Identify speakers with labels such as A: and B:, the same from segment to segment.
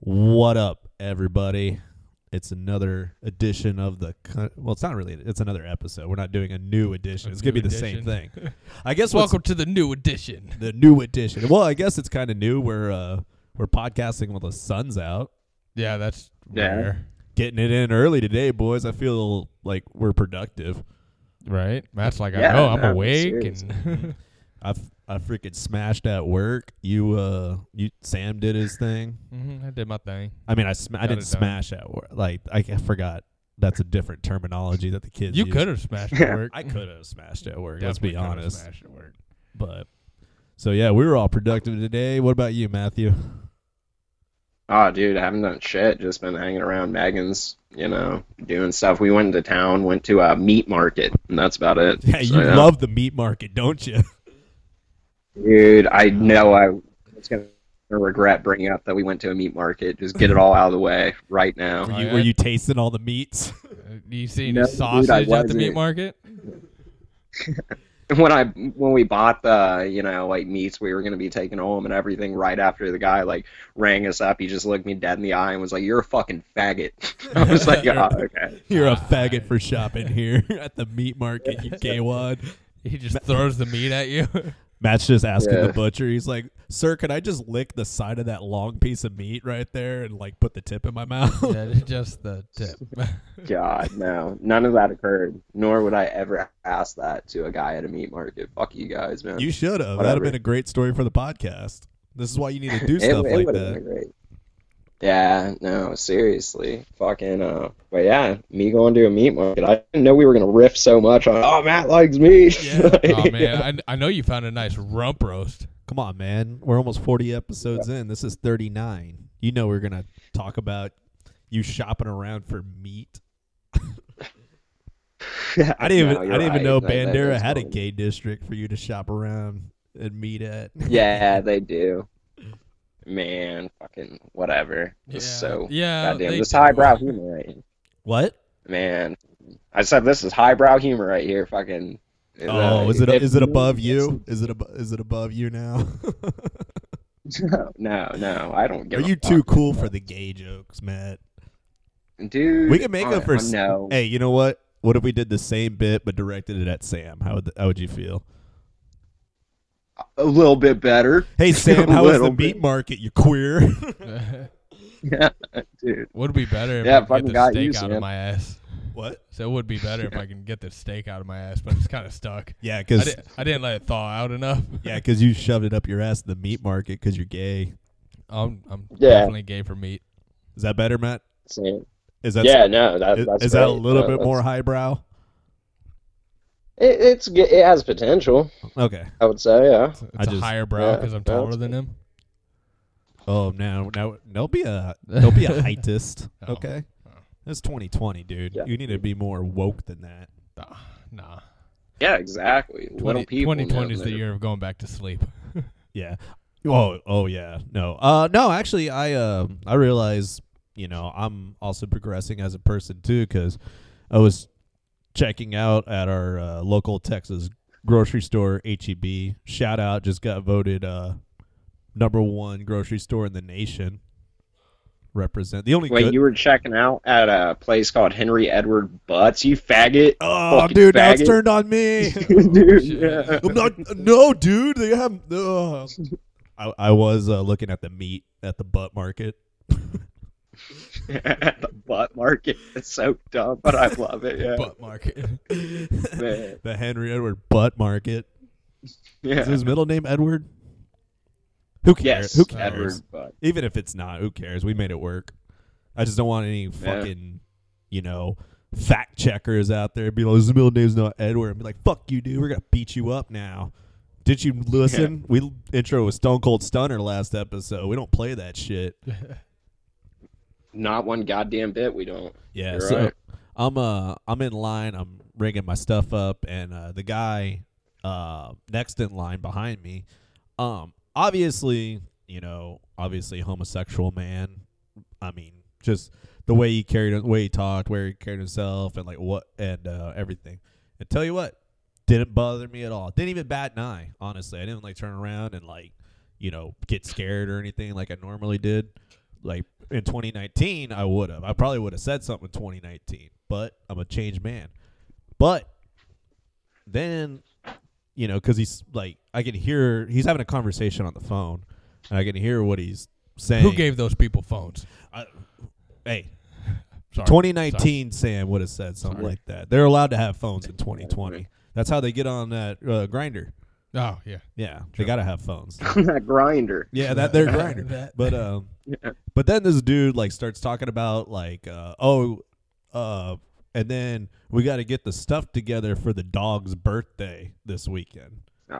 A: What up, everybody? It's another edition of the. co- Well, it's not really. It's another episode. We're not doing a new edition.
B: A
A: it's gonna be
B: new
A: the same thing.
B: edition.
A: I guess. what's
B: Welcome to the new edition.
A: the new edition. Well, I guess it's kind of new. We're uh, we're podcasting while the sun's out.
B: Yeah, that's
C: Yeah.
B: rare.
A: Getting it in early today, boys. I feel like we're productive.
B: Right? That's like I
C: Yeah,
B: know I'm
C: no,
B: awake
C: serious.
B: and
A: I f- I freaking smashed at work. You uh, you Sam did his thing.
B: Mhm, I did my thing.
A: I mean, I sm- I
B: Got
A: didn't
B: it done.
A: smash at work. Like I, I forgot. That's a different terminology that the kids.
B: You
A: use.
B: could have smashed at work.
A: I could have smashed at work. let's
B: Definitely
A: be
B: coulda
A: honest.
B: Smashed at work.
A: But so yeah, we were all productive today. What about you, Matthew?
C: Oh, dude, I haven't done shit. Just been hanging around Megan's, you know, doing stuff. We went into town, went to a meat market, and that's about it.
A: Yeah,
C: So,
A: you love the meat market, don't you?
C: Dude, I know I was going to regret bringing up that we went to a meat market. Just get it all out of the way right now.
A: Were
B: Oh,
A: you,
B: yeah.
A: were you tasting all the meats?
B: Uh, You seen
C: No, dude, I
B: sausage at the meat
C: wasn't.
B: market?
C: When I when we bought the, you know, like meats we were going to be taking home and everything right after the guy like rang us up, he just looked me dead in the eye and was like, "You're a fucking faggot." I was like, "Oh, okay."
A: You're a faggot for shopping here at the meat market, you gay wad.
B: He just throws the meat at you.
A: Matt's just asking
C: Yeah.
A: the butcher. He's like, "Sir, can I just lick the side of that long piece of meat right there and like put the tip in my mouth?"
B: yeah, it's just the tip.
C: God, no. None of that occurred. Nor would I ever ask that to a guy at a meat market. Fuck you guys, man.
A: You should have. That'd have
C: Whatever.
A: been a great story for the podcast. This is why you need to do
C: It-
A: stuff
C: it
A: like
C: would've
A: that.
C: been great. Yeah, no, seriously. Fucking uh but yeah, me going to a meat market. I didn't know we were gonna riff so much on oh Matt likes meat.
A: Yeah.
C: Like,
B: oh man, I, I know you found a nice rump roast.
A: Come on, man. We're almost 40 episodes in. This is 39. You know we're going to talk about you shopping around for meat.
C: yeah,
A: I didn't
C: no,
A: even
C: you're
A: I didn't even
C: right.
A: know
C: That- that
A: Bandera
C: is
A: had a
C: funny.
A: gay district for you to shop around and meet at.
C: Yeah, they do. Man, fucking whatever. Just so
B: yeah,
C: goddamn
B: they
C: this
B: do.
C: highbrow humor right here.
A: What?
C: Man. I said this is highbrow humor right here, fucking
A: Oh, is it
C: if-
A: is it above you? Is it ab- is it above you now?
C: No, no, no. I don't
A: Are
C: give a
A: you too
C: fuck.
A: cool for the gay jokes, Matt?
C: Dude,
A: We can make
C: I-
A: up for
C: I
A: s-
C: no.
A: Hey, you know what? What if we did the same bit but directed it at Sam? How would how would you feel?
C: a little bit better.
A: Hey Sam, how was the
C: little bit.
A: meat market? You queer?
C: Yeah, dude.
B: would be better if
C: Yeah,
B: I could
C: fucking
B: get the
C: got
B: steak
C: you,
B: out
C: Sam.
B: of my ass.
A: what?
B: So it would be better if I can get the steak out of my ass, but it's kind of stuck.
A: Yeah,
B: I,
A: because
B: did, I didn't let it thaw out enough.
A: Yeah, because you shoved it up your ass in the meat market because you're gay.
B: I'm, I'm
C: Yeah.
B: definitely gay for meat.
A: Is that better, Matt?
C: Sam.
A: Is that
C: yeah, no, that,
A: Is,
C: that's
A: is that a
C: great.
A: little
C: No,
A: bit
C: that's-
A: more highbrow?
C: It, it's g- it has potential.
A: Okay.
C: I would say, yeah.
B: It's
A: I
B: a
A: just-
B: higher brow
C: yeah,
B: because I'm
C: no,
B: taller
C: it's
B: than him.
A: Oh, now now don't be a don't be a heightist.
B: Oh.
A: Okay.
B: Oh.
A: It's 2020, dude.
C: Yeah.
A: You need to be more woke than that.
B: Nah, nah.
C: Yeah, exactly.
B: 20,
C: little people.
B: 2020 is
C: down
B: the
C: there.
B: year of going back to sleep.
A: Yeah. Oh, oh yeah. No. Uh, no. Actually, I um, I realize you know I'm also progressing as a person too because I was checking out at our uh, local Texas grocery store HEB. Shout out! Just got voted uh number one grocery store in the nation. Represent the only
C: Wait,
A: good.
C: you were checking out at a place called Henry Edward Butts, you faggot.
A: oh,
C: fucking
A: dude, now it's
C: faggot.
A: turned on me.
C: dude,
B: shit.
C: yeah.
A: I'm not- no, dude, they have. ugh. I I was uh, looking at the meat at the butt market.
C: At the butt market. It's so dumb, but I love it. Yeah.
B: Butt market.
C: Man.
A: the Henry Edward Butt Market.
C: yeah.
A: Is his middle name Edward? Who cares?
C: Yes,
A: who cares?
C: Edward Butt.
A: Even if it's not, who cares? We made it work. I just don't want any fucking, you know, fact checkers out there be like, his middle name's not Edward. And be like, fuck you, dude. We're going to beat you up now. Did you listen? We l- intro with Stone Cold Stunner last episode. We don't play that shit.
C: Not one goddamn bit. We don't.
A: Yeah,
C: You're
A: so
C: right.
A: I'm uh I'm in line. I'm ringing my stuff up, and uh, the guy uh next in line behind me, um obviously you know obviously homosexual man. I mean just the way he carried the way he talked, where he carried himself, and like what and uh, everything. And tell you what, didn't bother me at all. Didn't even bat an eye. Honestly, I didn't like turn around and like you know get scared or anything like I normally did. like in 2019, I would have. I probably would have said something in 2019, but I'm a changed man. But then, you know, because he's like, I can hear he's having a conversation on the phone, and I can hear what he's saying.
B: Who gave those people phones?
A: I, hey,
B: Sorry.
A: 2019 Sam would have said something
B: Sorry.
A: like that. They're allowed to have phones in 2020. That's how they get on that uh, grinder.
B: Oh yeah.
A: Yeah, they gotta have phones.
C: that grinder.
A: Yeah, that they're grinder.
B: That-
A: But um, but then this dude like starts talking about like uh, oh, uh, and then we got to get the stuff together for the dog's birthday this weekend.
C: Oh.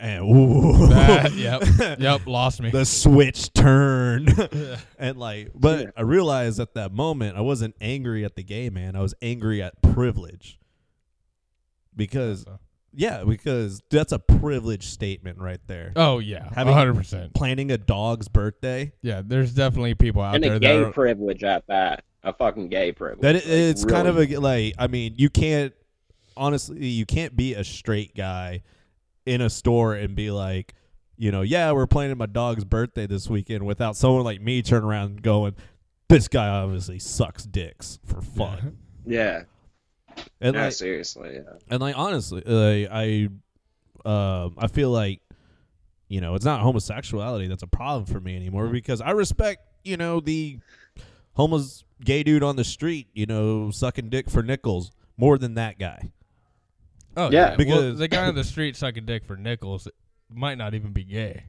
A: And ooh,
B: That- yep. Yep. Lost me.
A: the switch turned and like but i realized at that moment i wasn't angry at the gay man i was angry at privilege because
B: So-
A: yeah because that's a privilege statement right there
B: Oh yeah.
A: Having-
B: hundred percent.
A: planning a dog's birthday
B: Yeah. There's definitely people out
C: and
B: there
C: a gay
B: that are,
C: privilege at that. A fucking gay privilege.
A: that i-
C: Like,
A: it's kind of
C: really.
A: a like i mean you can't honestly you can't be a straight guy in a store and be like you know yeah we're planning my dog's birthday this weekend without someone like me turning around and going this guy obviously sucks dicks for fun
C: yeah.
A: and
C: yeah,
A: like,
C: seriously. Yeah.
A: and like honestly like i um i feel like you know it's not homosexuality that's a problem for me anymore
B: Mm-hmm.
A: because i respect you know the homeless gay dude on the street you know sucking dick for nickels more than that guy
B: Oh
C: Yeah,
B: yeah. well,
A: because-
B: the guy on the street sucking dick for nickels might not even be gay.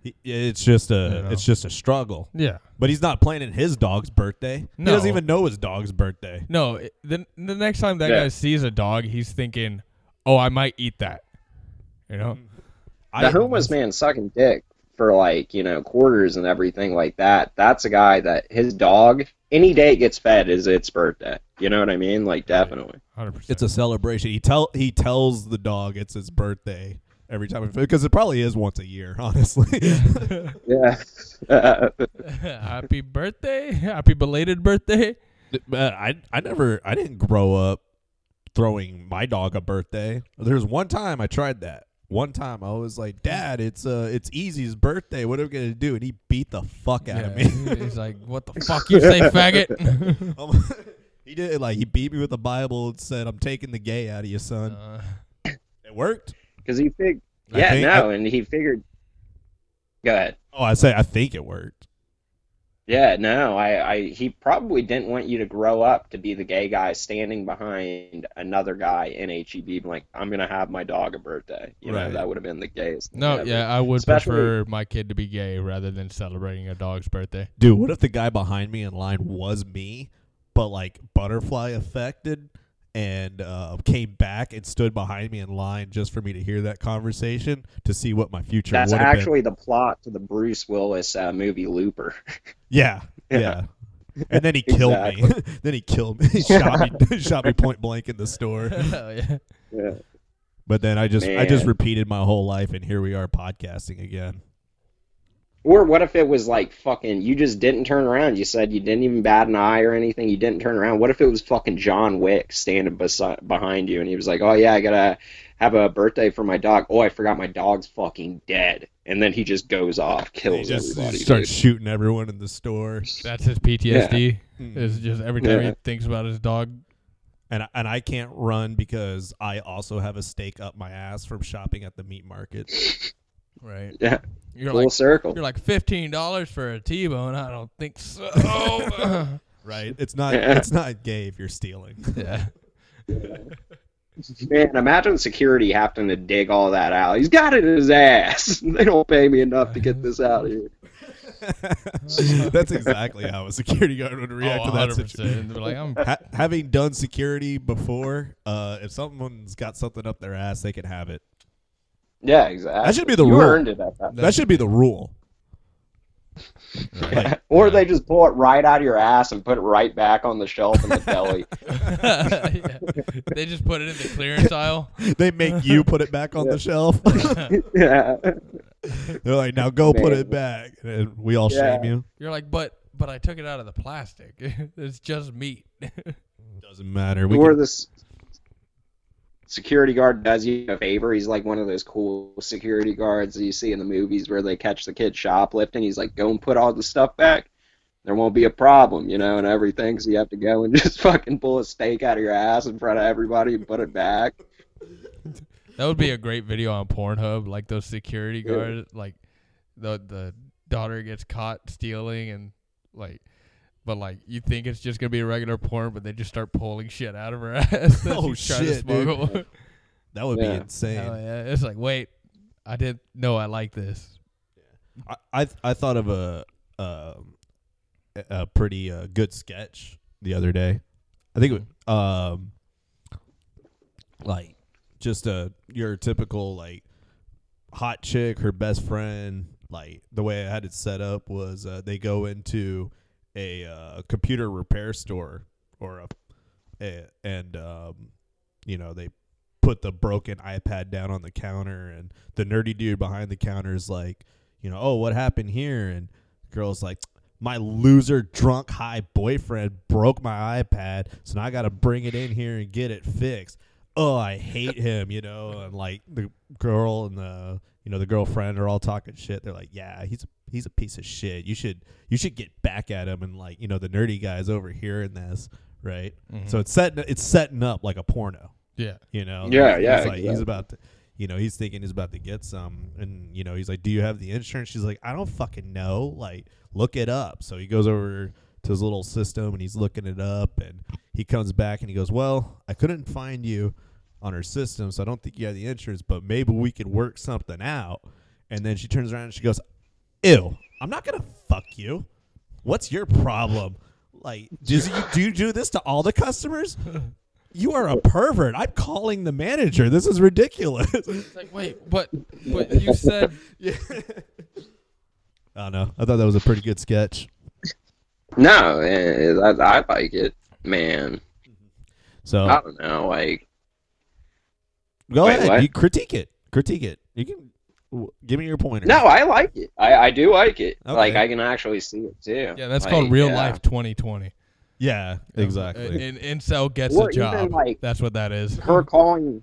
A: He- it's just a
B: Yeah.
A: it's just a struggle
B: Yeah.
A: but he's not planning his dog's birthday he
B: No.
A: doesn't even know his dog's birthday
B: No. it- The the next time that
C: Yeah.
B: guy sees a dog, he's thinking, "Oh, I might eat that." You know.
A: I,
C: The homeless man sucking dick for like, you know, quarters and everything like that. That's a guy that his dog any day it gets fed is its birthday. You know what I mean? Like definitely.
B: Hundred percent.
A: it's a celebration he tell he tells the dog it's his birthday every time because it probably is once a year honestly
C: Yeah.
B: happy birthday. Happy belated birthday.
A: Th- Man, I I never I didn't grow up throwing my dog a birthday. There's one time I tried that. One time I was like, "Dad, it's uh, it's Easy's birthday. What are we gonna do?" And he beat the fuck out of me.
B: Yeah, He's like, "What the fuck you say, faggot?"
A: Um, he did it, like he beat me with the Bible and said, "I'm taking the gay out of you, son."
B: Uh,
A: it worked.
C: Cuz he fig
A: I
C: Yeah,
A: think-
C: no, and he figured Go ahead.
A: Oh, I say I think it worked.
C: Yeah, no, I, I he probably didn't want you to grow up to be the gay guy standing behind another guy in HEB being like, I'm gonna have my dog a birthday. You know,
A: Right.
C: that would have been the gayest thing
B: no,
C: ever.
B: yeah, I would
C: Especially-
B: prefer my kid to be gay rather than celebrating a dog's birthday.
A: Dude, what if the guy behind me in line was me, but like butterfly affected and uh, came back and stood behind me in line just for me to hear that conversation to see what my future
C: That's
A: would have been.
C: actually the plot to the Bruce Willis uh, movie Looper.
A: Yeah, yeah.
C: Yeah.
A: And then he killed me. then he killed me. He shot me. shot me point blank in the store.
B: Hell yeah.
C: yeah.
A: But then I just I just
C: Man.
A: repeated my whole life, and here we are podcasting again.
C: Or what if it was like fucking you just didn't turn around. You said you didn't even bat an eye or anything. You didn't turn around. What if it was fucking John Wick standing beside, behind you and he was like, "Oh yeah, I got to have a birthday for my dog. Oh, I forgot my dog's fucking dead." And then he just goes off,
A: He
C: kills
A: just
C: everybody.
A: starts
C: dude.
A: shooting everyone in the store,
B: That's his PTSD.
A: Mm.
B: Is just every time
C: Yeah.
B: he thinks about his dog.
A: and I- and I can't run because I also have a steak up my ass from shopping at the meat market.
B: Right.
C: yeah,
B: You're
C: full
B: like
C: circle.
B: you're like fifteen dollars for a T-bone. I don't think so.
A: Right? It's not it's not gay if you're stealing.
B: yeah.
C: Man, imagine security having to dig all that out. He's got it in his ass. they don't pay me enough to get this out of here.
A: That's exactly how a security guard would react
B: oh,
A: to that
B: 100%.
A: situation.
B: They're like, I'm
A: ha- having done security before, uh, if someone's got something up their ass, they can have it.
C: Yeah, exactly.
A: That should be the
C: you
A: rule.
C: earned it at that.
A: That should be the rule.
B: Right.
C: Or they just pull it right out of your ass and put it right back on the shelf in the deli.
B: Yeah. They just put it in the clearance aisle.
A: They make you put it back on the shelf.
C: Yeah.
A: They're like, now go put
C: Man.
A: it back, and we all
C: Yeah.
A: shame you.
B: You're like, but but I took it out of the plastic. it's just meat.
A: Doesn't matter. We
C: or
A: can-
C: this security guard does you a favor. He's like one of those cool security guards that you see in the movies where they catch the kid shoplifting. He's like, go and put all the stuff back. there won't be a problem, you know, and everything. So you have to go and just fucking pull a steak out of your ass in front of everybody and put it back.
B: That would be a great video on Pornhub, like those security
C: Yeah.
B: guards, like the the daughter gets caught stealing and like, but like you think it's just gonna be regular porn, but they just start pulling shit out of her ass. that
A: Oh,
B: she's trying to
A: shit, dude.
B: smuggle.
A: That would
C: Yeah.
A: be insane.
B: Hell yeah. It's like wait, I didn't know I like this.
A: I I, th- I thought of a um a- a pretty uh, good sketch the other day. I think it was, um like just a your typical like hot chick, her best friend. Like the way I had it set up was uh, they go into a uh, computer repair store or a, a and um you know they put the broken iPad down on the counter and the nerdy dude behind the counter is like you know, oh, what happened here? And the girl's like, my loser, drunk, high boyfriend broke my iPad, so now I got to bring it in here and get it fixed. Oh, I hate him, you know. And like the girl and the you know the girlfriend are all talking shit. They're like, yeah, he's he's a piece of shit. You should you should get back at him. And like you know the nerdy guy's over here in this, right?
B: Mm.
A: So it's setting it's setting up like a porno
B: Yeah.
A: you know
C: Yeah,
A: He's
C: yeah,
A: like he's
C: exactly.
A: about to you know he's thinking he's about to get some and you know he's like do you have the insurance she's like i don't fucking know like look it up so he goes over to his little system and he's looking it up and he comes back and he goes well i couldn't find you on her system so i don't think you have the insurance but maybe we could work something out and then she turns around and she goes ew i'm not gonna fuck you what's your problem like does you, do you do this to all the customers you are a pervert. I'm calling the manager. This is ridiculous.
B: It's like wait, but but you said
A: I don't know. Oh, I thought that was a pretty good sketch.
C: No, eh, I, I like it, man.
A: So
C: I don't know, like
A: go
C: Uh, wait,
A: ahead.
C: what?
A: You critique it. Critique it. You can w- give me your pointer.
C: no, I like it. I, I do like it.
A: Okay.
C: Like I can actually see it too.
B: yeah, that's
C: Like,
B: called real
C: yeah.
B: life 2020.
A: Yeah, exactly.
B: And incel gets
C: Or
B: a
C: even,
B: job.
C: like,
B: that's what that is.
C: her calling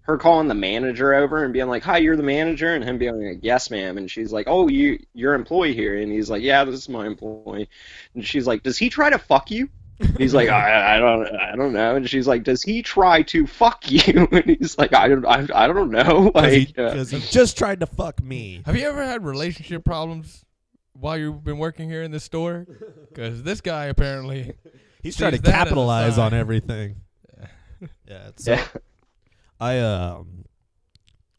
C: her calling the manager over and being like, "Hi, you're the manager," and him being like, "Yes, ma'am," and she's like, "Oh, you your employee here," and he's like, "Yeah, this is my employee," and she's like, "Does he try to fuck you?" And he's like, I, I don't, I don't know, and she's like, "Does he try to fuck you?" And he's like, "I don't, I, I don't know."
A: Because he,
C: Like, uh,
A: 'cause he just tried to fuck me.
B: Have you ever had relationship problems while you've been working here in this store? Because this guy apparently,
A: He's
B: Sees
A: trying to
B: that as a
A: capitalize on
B: sign.
A: everything. Yeah. So
C: yeah.
A: I um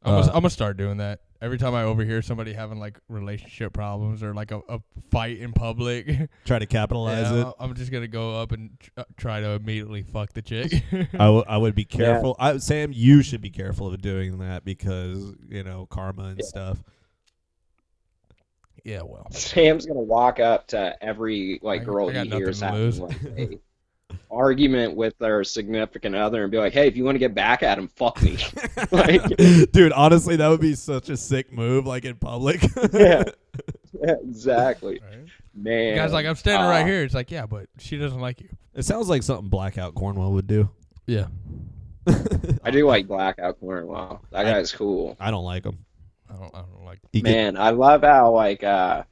B: I'm, gonna,
A: Uh.
B: I'm gonna start doing that. Every time I overhear somebody having like relationship problems or like a, a fight in public, yeah,
A: try to capitalize it.
B: I'm- I'm just gonna go up and tr- uh, try to immediately fuck the chick.
A: I, w- I would be careful. I, Sam, you should be careful of doing that because you know karma and stuff.
B: yeah, well,
C: Sam's gonna walk up to every
B: I-
C: like girl
B: I got
C: he hears
B: nothing to lose.
C: having like a argument with their significant other and be like, "Hey, if you want to get back at him, fuck me." like,
A: Dude, honestly, that would be such a sick move, like in public.
C: yeah, yeah, exactly,
B: right?
C: man.
B: guy's like, I'm standing right
C: uh,
B: here. It's like, yeah, but she doesn't like you.
A: It sounds like something Blackout Cornwell would do.
B: Yeah,
C: I do like Blackout Cornwall. That
A: I-
C: guy's cool,
A: I don't like him.
B: I don't, I don't like.
A: He get-
C: man. I love how like uh,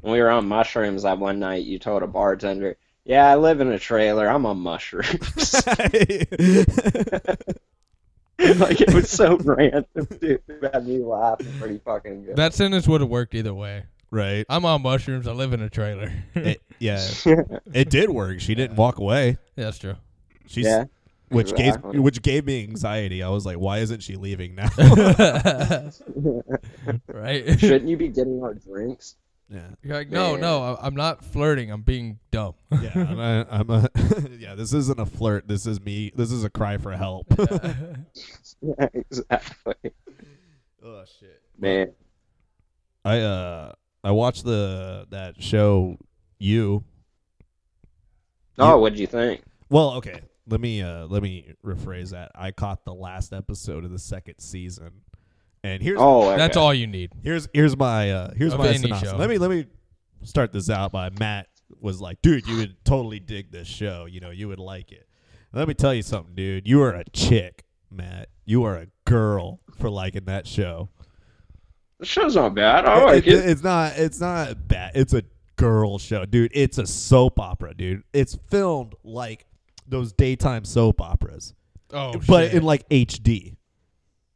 C: when we were on mushrooms that one night, you told a bartender, "Yeah, I live in a trailer. I'm on mushrooms." like it was so random, dude. It had me laughing pretty fucking good.
B: That sentence would have worked either way.
A: right?
B: I'm on mushrooms. I live in a trailer.
A: It, yeah, it did work. She didn't walk away.
B: Yeah, that's true.
A: She's
C: Yeah,
A: which
C: exactly.
A: gave which gave me anxiety. I was like, why isn't she leaving now?
B: right?
C: shouldn't you be getting our drinks?
A: yeah,
B: You're like, no,
C: Man.
B: no, I- I'm not flirting. I'm being dumb.
A: yeah. I'm a, I'm a yeah. This isn't a flirt. This is me. This is a cry for help.
C: Yeah, exactly,
A: oh shit.
C: man.
A: I uh I watched the that show you
C: Oh, what'd you think?
A: Well, okay. Let me uh let me rephrase that. I caught the last episode of the second season. And here's
C: Oh, okay.
B: That's all you need.
A: here's here's my uh here's
B: Of
A: my
B: any
A: synopsis.
B: show.
A: Let me let me start this out by Matt was like, "Dude, you would totally dig this show. You know, you would like it." Let me tell you something, dude. You are a chick, Matt. You are a girl for liking that show.
C: The show's not bad. I like
A: It-
C: it.
A: it- It's not. It's not bad. It's a girl show, dude. It's a soap opera, dude. It's filmed like those daytime soap operas,
B: Oh,
A: but
B: shit.
A: in like HD.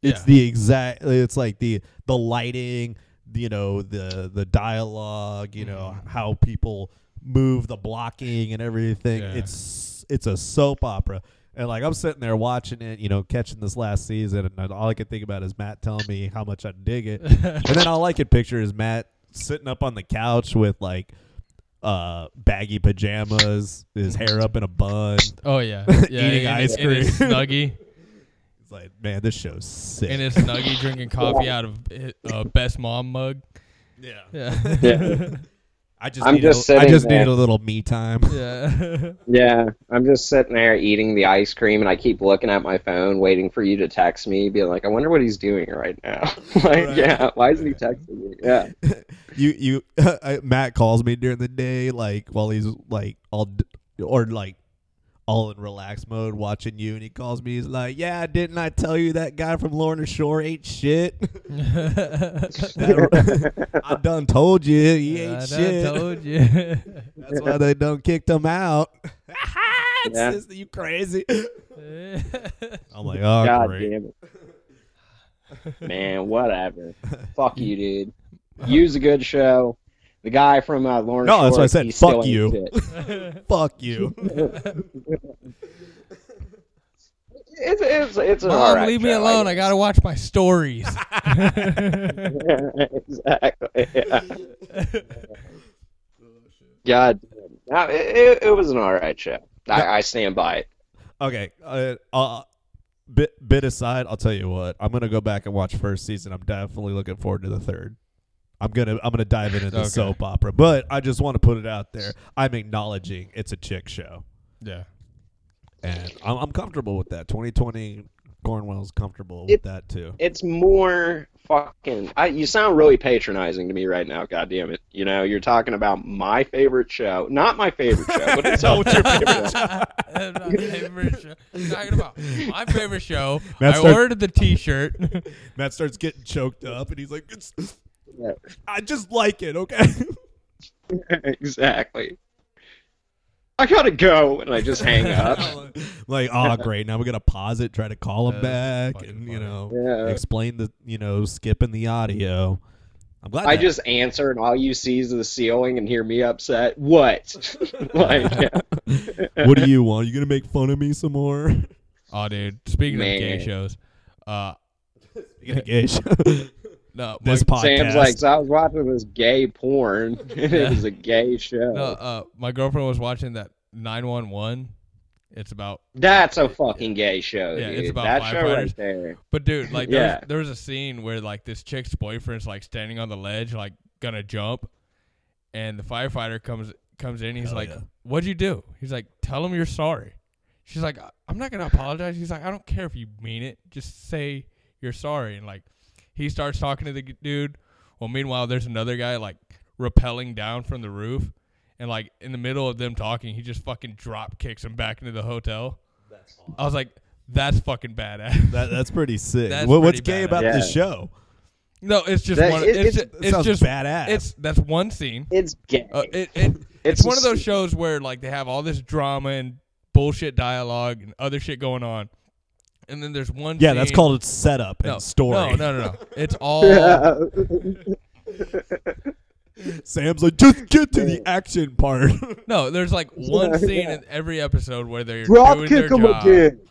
A: It's
B: Yeah.
A: the exact. It's like the the lighting, you know, the the dialogue, you know,
B: Mm-hmm.
A: how people move, the blocking, and everything.
B: Yeah.
A: It's it's a soap opera, and like I'm sitting there watching it, you know, catching this last season, and all I could think about is Matt telling me how much I dig it, and then all I could picture is Matt sitting up on the couch with like uh baggy pajamas, his hair up in a bun.
B: oh yeah, yeah
A: Eating
B: in-
A: ice
B: in his
A: cream.
B: snuggie,
A: It's like, man, this show's sick.
B: in his snuggie, drinking coffee out of uh, best mom mug.
A: yeah.
B: Yeah,
C: Yeah.
A: I just
C: I'm
A: needed
C: just
A: a, I
C: sitting
A: just
C: there.
A: needed a little me time.
B: yeah.
C: Yeah, I'm just sitting there eating the ice cream, and I keep looking at my phone, waiting for you to text me, be like, "I wonder what he's doing right now." like,
A: Right.
C: yeah, why isn't he texting me? Yeah,
A: you you I- Matt calls me during the day like while he's like all d- or like all in relaxed mode watching you and he calls me he's like yeah didn't I tell you that guy from Lorna Shore ate shit That- I done told you he ate
B: I done
A: shit
B: told you.
A: that's why they done kicked him out It's
C: Yeah.
A: just- you crazy I'm like oh
C: God
A: great
C: damn it, man, whatever. Fuck you, dude. Use a good show. The guy from uh, Lawrence.
A: No, that's what I
C: Shore,
A: said.
C: he
A: Fuck
C: still ain't
A: you.
C: shit.
A: fuck you
C: It's it's it's an
B: Mom,
C: alright
B: leave me
C: show,
B: alone. I,
C: guess.
B: gotta watch my stories.
C: exactly. yeah. God, damn. no, it, it, it was an alright show. I, I stand by it.
A: okay uh, uh bit bit aside i'll tell you what i'm gonna go back and watch first season i'm definitely looking forward to the third i'm gonna i'm gonna dive into the
B: Okay.
A: soap opera but i just want to put it out there i'm acknowledging it's a chick show
B: yeah.
A: and i'm, I'm comfortable with that 2020 cornwell's comfortable with
C: It-
A: that too
C: It's more fucking. I, you sound really patronizing to me right now. God damn it! You know, you're talking about my favorite show, not my favorite show, but it's
A: No,
C: up
A: it's your
C: there.
A: favorite show.
B: That's my favorite show. Talking about my favorite show.
A: Matt
B: I
A: start-
B: ordered the T-shirt.
A: matt starts getting choked up and he's like it's,
C: Yeah,
A: i just like it okay
C: exactly. I gotta go, and I just hang up.
A: like oh great now we're gonna pause it try to call him
B: Uh,
A: back
B: fucking
A: and you
B: funny.
A: know
C: Yeah.
A: explain the you know skipping the audio i'm glad
C: I
A: that-
C: just answer, and all you see is the ceiling, and hear me upset. What? like, yeah.
A: what do you want you gonna make fun of me some more
B: oh, dude. Speaking of gay
C: Man.
B: shows, uh,
A: Speaking of gay show,
B: no,
A: this
B: my,
A: podcast
C: Sam's like, so I was watching this gay porn, and it was a gay show.
B: no, uh, my girlfriend was watching that 911. It's about
C: That's a fucking gay show,
B: Yeah,
C: dude.
B: it's about
C: that show right
B: firefighters.
C: there.
B: But dude, like there,
C: Yeah.
B: was, there was a scene where like this chick's boyfriend's like standing on the ledge, like gonna jump, and the firefighter comes comes in. He's
A: Hell
B: like,
A: yeah.
B: "What'd you do?" He's like, "Tell him you're sorry." She's like, "I- "I'm not gonna apologize." He's like, "I don't care if you mean it. Just say you're sorry." And like, he starts talking to the g- dude. Well, meanwhile, there's another guy like rappelling down from the roof, and like in the middle of them talking, he just fucking drop kicks him back into the hotel. I was like, "That's fucking badass."
A: that, that's pretty sick
B: That's
A: What- what's
B: pretty
A: gay
B: badass.
A: about this
C: Yeah.
A: show
B: No, it's just
C: That-
B: one.
C: it-
B: it's
C: it-
B: just,
A: that
B: it's
A: sounds
B: just
A: badass
B: It's that's one scene.
C: It's gay.
B: Uh, it, it it's,
C: It's
B: one of those
C: just-
B: shows where like they have all this drama and bullshit dialogue and other shit going on, and then there's one.
A: yeah that's
B: scene-
A: called a setup
B: no,
A: and story
B: No, no, no, no. It's
C: Uh,
B: all.
A: sam's like just get to the action part
B: No, there's like one
C: Yeah.
B: scene in every episode where they're
C: Drop
B: doing
C: kick
B: their
C: him
B: job.
C: again.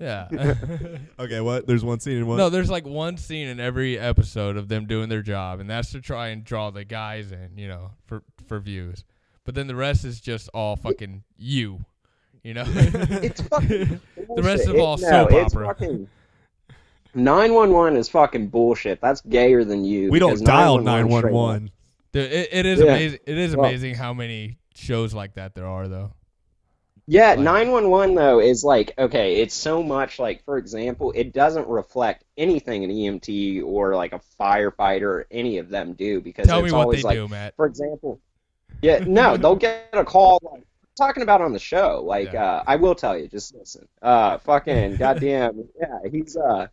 B: Yeah.
A: okay what there's one scene in one
B: No, there's like one scene in every episode of them doing their job, and that's to try and draw the guys in, you know, for for views. But then the rest is just all fucking you, you know.
C: It's fucking
B: The rest of
C: bullshit.
B: all
C: It-
B: soap
C: no, it's
B: opera.
C: Fucking, 911 is fucking bullshit. That's gayer than you.
A: we don't
C: because
A: dial
C: 911 straight up.
A: 911
B: Dude, it, it is
C: Yeah.
B: amazing. It is
C: Well-
B: amazing how many shows like that there are, though.
C: Yeah,
B: Like-
C: 911 though is like okay, it's so much like for example, it doesn't reflect anything an EMT or like a firefighter or any of them do because
B: Tell
C: it's
B: me what
C: always
B: they
C: like
B: do, Matt.
C: for example, yeah, no, they'll get a call like talking about on the show. Like
B: Yeah.
C: uh, I will tell you, just listen. Uh, fucking goddamn, yeah, he's uh,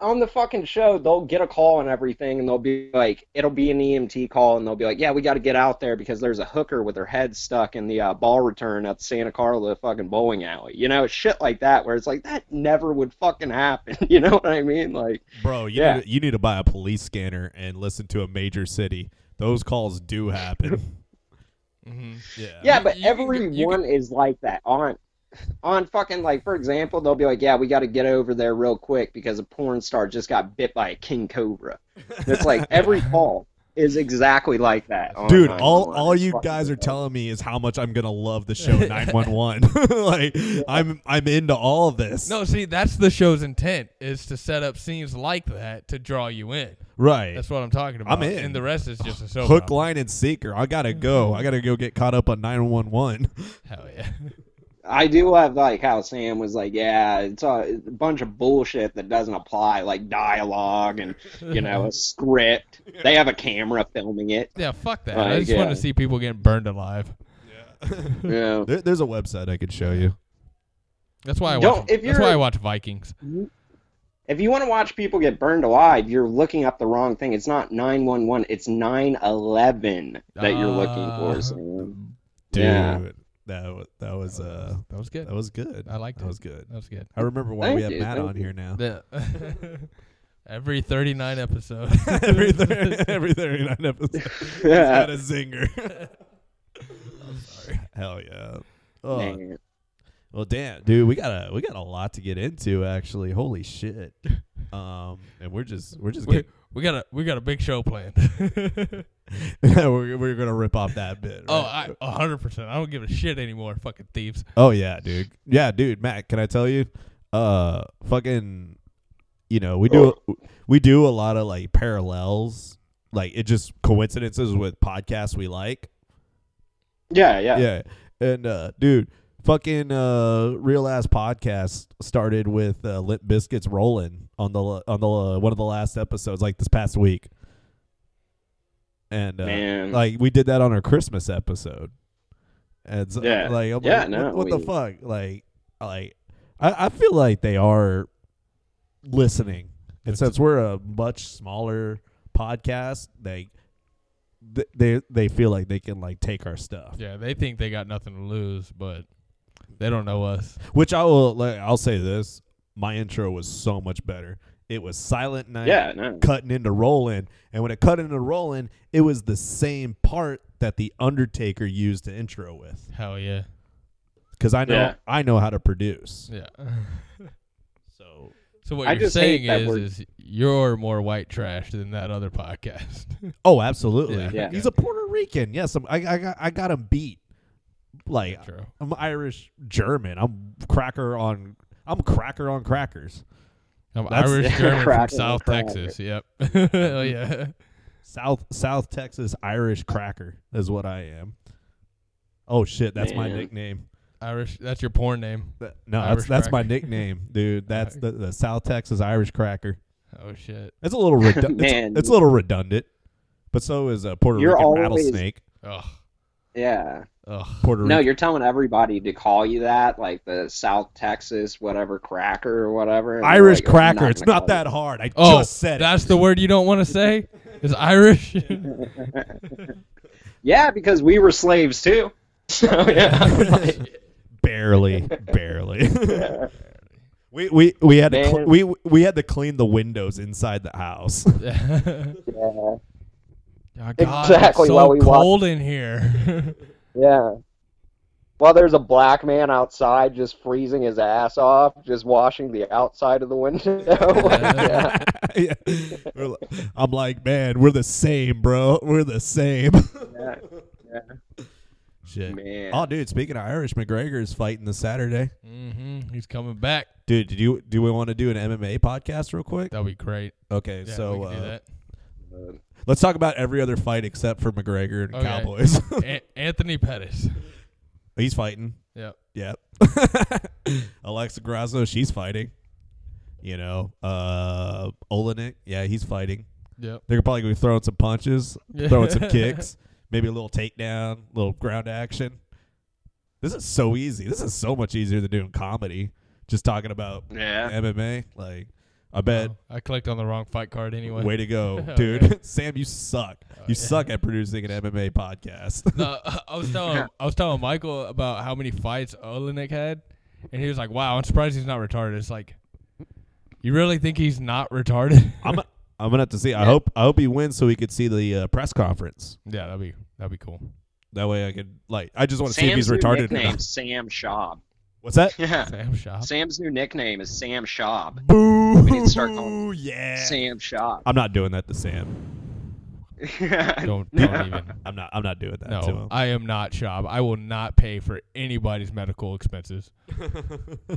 C: on the fucking show, they'll get a call and everything, and they'll be like, it'll be an EMT call, and they'll be like, yeah, we got to get out there because there's a hooker with her head stuck in the uh, ball return at the Santa Carla fucking bowling alley. You know, shit like that, where it's like, that never would fucking happen. You know what I mean? Like,
A: Bro, you,
C: Yeah.
A: need, to- you need to buy a police scanner and listen to a major city. Those calls do happen.
B: Mm-hmm.
A: yeah.
C: yeah, but
B: you can- you
C: everyone is like that on. On fucking like for example, they'll be like, "Yeah, we got to get over there real quick because a porn star just got bit by a king cobra." And it's like every call is exactly like that. on
A: Dude,
C: 911.
A: all all
C: It's
A: you
C: fucking
A: guys are
C: ridiculous.
A: telling me is how much I'm gonna love the show 911. like I'm I'm into all of this.
B: No, see, that's the show's intent is to set up scenes like that to draw you in.
A: right.
B: That's what I'm talking about.
A: I'm in.
B: And the rest is just a soap
A: Hook,
B: opera.
A: line, and sinker. I gotta go.
B: Mm-hmm.
A: I gotta go get caught up on 911.
B: Hell yeah.
C: I do love like how Sam was like, yeah, it's a, a bunch of bullshit that doesn't apply, like dialogue and you know a script. They have a camera filming it.
B: yeah, fuck that.
C: Like,
B: I just want
C: yeah.
B: to see people getting burned alive.
C: Yeah.
A: There, there's a website I could show you.
B: That's why I
C: Don't-
B: watch.
C: if
B: That's
C: you're-
B: why I watch Vikings.
C: If you want to watch people get burned alive, you're looking up the wrong thing. It's not nine one one. It's nine eleven that you're looking for.
B: Ah.
C: Sam.
A: Uh, Dude,
C: Yeah.
A: that wa- that was uh
B: that was good.
A: that was good.
B: I liked
A: that
B: it.
A: was good.
B: That was good.
A: I remember why we
C: Thank
A: have
C: you,
A: Matt
C: thank
A: on
C: you.
A: here now.
B: The- every 39 episode.
A: every thir- every 39 episode.
C: Yeah.
A: Got a zinger. Hell yeah. Oh,
C: Man.
A: Well, damn, dude, we got a we got a lot to get into actually. Holy shit. Um, and we're just we're just
B: we,
A: getting,
B: we got a we got a big show planned.
A: we're, we're gonna rip off that bit.
B: oh,
A: right?
B: I, 100%. I don't give a shit anymore, fucking thieves.
A: oh yeah, dude. Yeah, dude. Matt, can I tell you? Uh, fucking, you know, we do
B: Oh.
A: we do a lot of like parallels, like it just coincidences with podcasts we like.
C: yeah, yeah,
A: yeah. And uh, dude, fucking uh, real ass podcast started with uh, Limp Biscuits rolling on the on the uh, one of the last episodes, like this past week. And uh,
C: man.
A: like we did that on our Christmas episode. And so,
C: Yeah.
A: like, I'm
C: Yeah,
A: like,
C: no,
A: what, what the
C: we-
A: fuck? Like, like I, I feel like they are listening, and since we're a much smaller podcast, they th- they they feel like they can like take our stuff.
B: Yeah, they think they got nothing to lose, but they don't know us.
A: Which I will, like, I'll say this: my intro was so much better. It was Silent Night,
C: yeah, no.
A: cutting into Roland, and when it cut into Roland, it was the same part that the Undertaker used to intro with.
B: Hell yeah.
A: because I know
C: Yeah.
A: I know how to produce.
B: Yeah.
A: So
B: So what
C: I
B: you're
C: just hate
B: saying
C: that
B: is,
C: word.
B: is you're more white trash than that other podcast.
A: oh, absolutely,
B: Yeah.
C: Yeah.
A: he's a Puerto Rican. Yes, I'm, I I got I got him beat. Like
B: True.
A: I'm Irish German. I'm cracker on. I'm cracker on crackers.
B: I'm
A: That's-
B: Irish German from
C: Cracker,
B: South
C: cracker.
B: Texas. Yep. oh yeah.
A: South South Texas Irish cracker is what I am. Oh shit, that's my
C: Man.
A: nickname.
B: Irish. That's your porn name.
A: That- No,
B: Irish
A: that's that's my
B: cracker.
A: nickname, dude. That's the, the South Texas Irish cracker.
B: Oh shit.
A: It's a little redundant.
C: Man.
A: it's, a little redundant, but so is a Puerto
C: You're
A: Rican
C: always-
A: rattlesnake.
B: Ugh.
C: yeah.
B: Ugh.
A: Puerto
C: No,
A: Rican.
C: you're telling everybody to call you that, like the South Texas whatever cracker or whatever. and
A: Irish
C: they're like, "I'm
A: cracker. It's
C: gonna
A: not
C: call
A: that hard. I
B: Oh,
A: just said it.
B: that's the word you don't want to say. Is Irish.
C: you." Yeah, because we were slaves too. So yeah.
A: barely, barely. we we we had to cl-
C: Man.
A: we we had to clean the windows inside the house.
B: yeah.
C: yeah.
B: God, it's
C: Exactly
B: so
C: what we want.
B: cold in here.
C: Yeah. Well, there's a black man outside just freezing his ass off, just washing the outside of the window. yeah.
A: Yeah. We're li- I'm like, man, we're the same, bro. We're the same.
C: Yeah.
A: Shit.
C: Man.
A: Oh, dude. Speaking of Irish, McGregor is fighting this Saturday.
B: hmm He's coming back.
A: Dude, did you do we want to do an MMA podcast real quick?
B: That'll be great.
A: Okay,
B: Yeah,
A: so
B: we can
A: uh,
B: do that.
A: let's talk about every other fight except for McGregor and
B: Okay.
A: Cowboys.
B: A- Anthony Pettis.
A: He's fighting.
B: Yep.
A: Yep. Alexa Grasso, she's fighting. You know, uh, Olenek, yeah, he's fighting.
B: Yep.
A: They're probably gonna be throwing some punches, throwing some kicks, maybe a little takedown, little ground action. This is so easy. This is so much easier than doing comedy. Just talking about
C: Yeah.
A: MMA. Like, I bet.
B: Oh, I clicked on the wrong fight card anyway.
A: Way to go,
B: Oh, yeah. Oh,
A: dude. Sam, you suck. You suck at producing an MMA podcast.
B: No, I was telling I was telling Michael about how many fights Olenek had, and he was like, "Wow, I'm surprised he's not retarded." It's like, you really think he's not retarded?
A: I'm I'm gonna have to see. I hope I hope he wins so he could see the uh, press conference.
B: yeah, that'd be that'd be cool.
A: That way I could like I just want to see if
C: Sam's
A: he's
C: new
A: retarded Uh-huh. or
C: nickname
A: not.
C: is Sam Schaub.
A: What's that?
C: Yeah.
B: Sam Shop.
C: Sam's new nickname is Sam Schaub.
A: Boo!
C: need to start calling
A: yeah.
C: Sam Schaub.
A: I'm not doing that to Sam.
B: Don't don't even.
A: I'm not. I'm not doing that to
B: No,
A: him.
B: I am not Shop. I will not pay for anybody's medical expenses.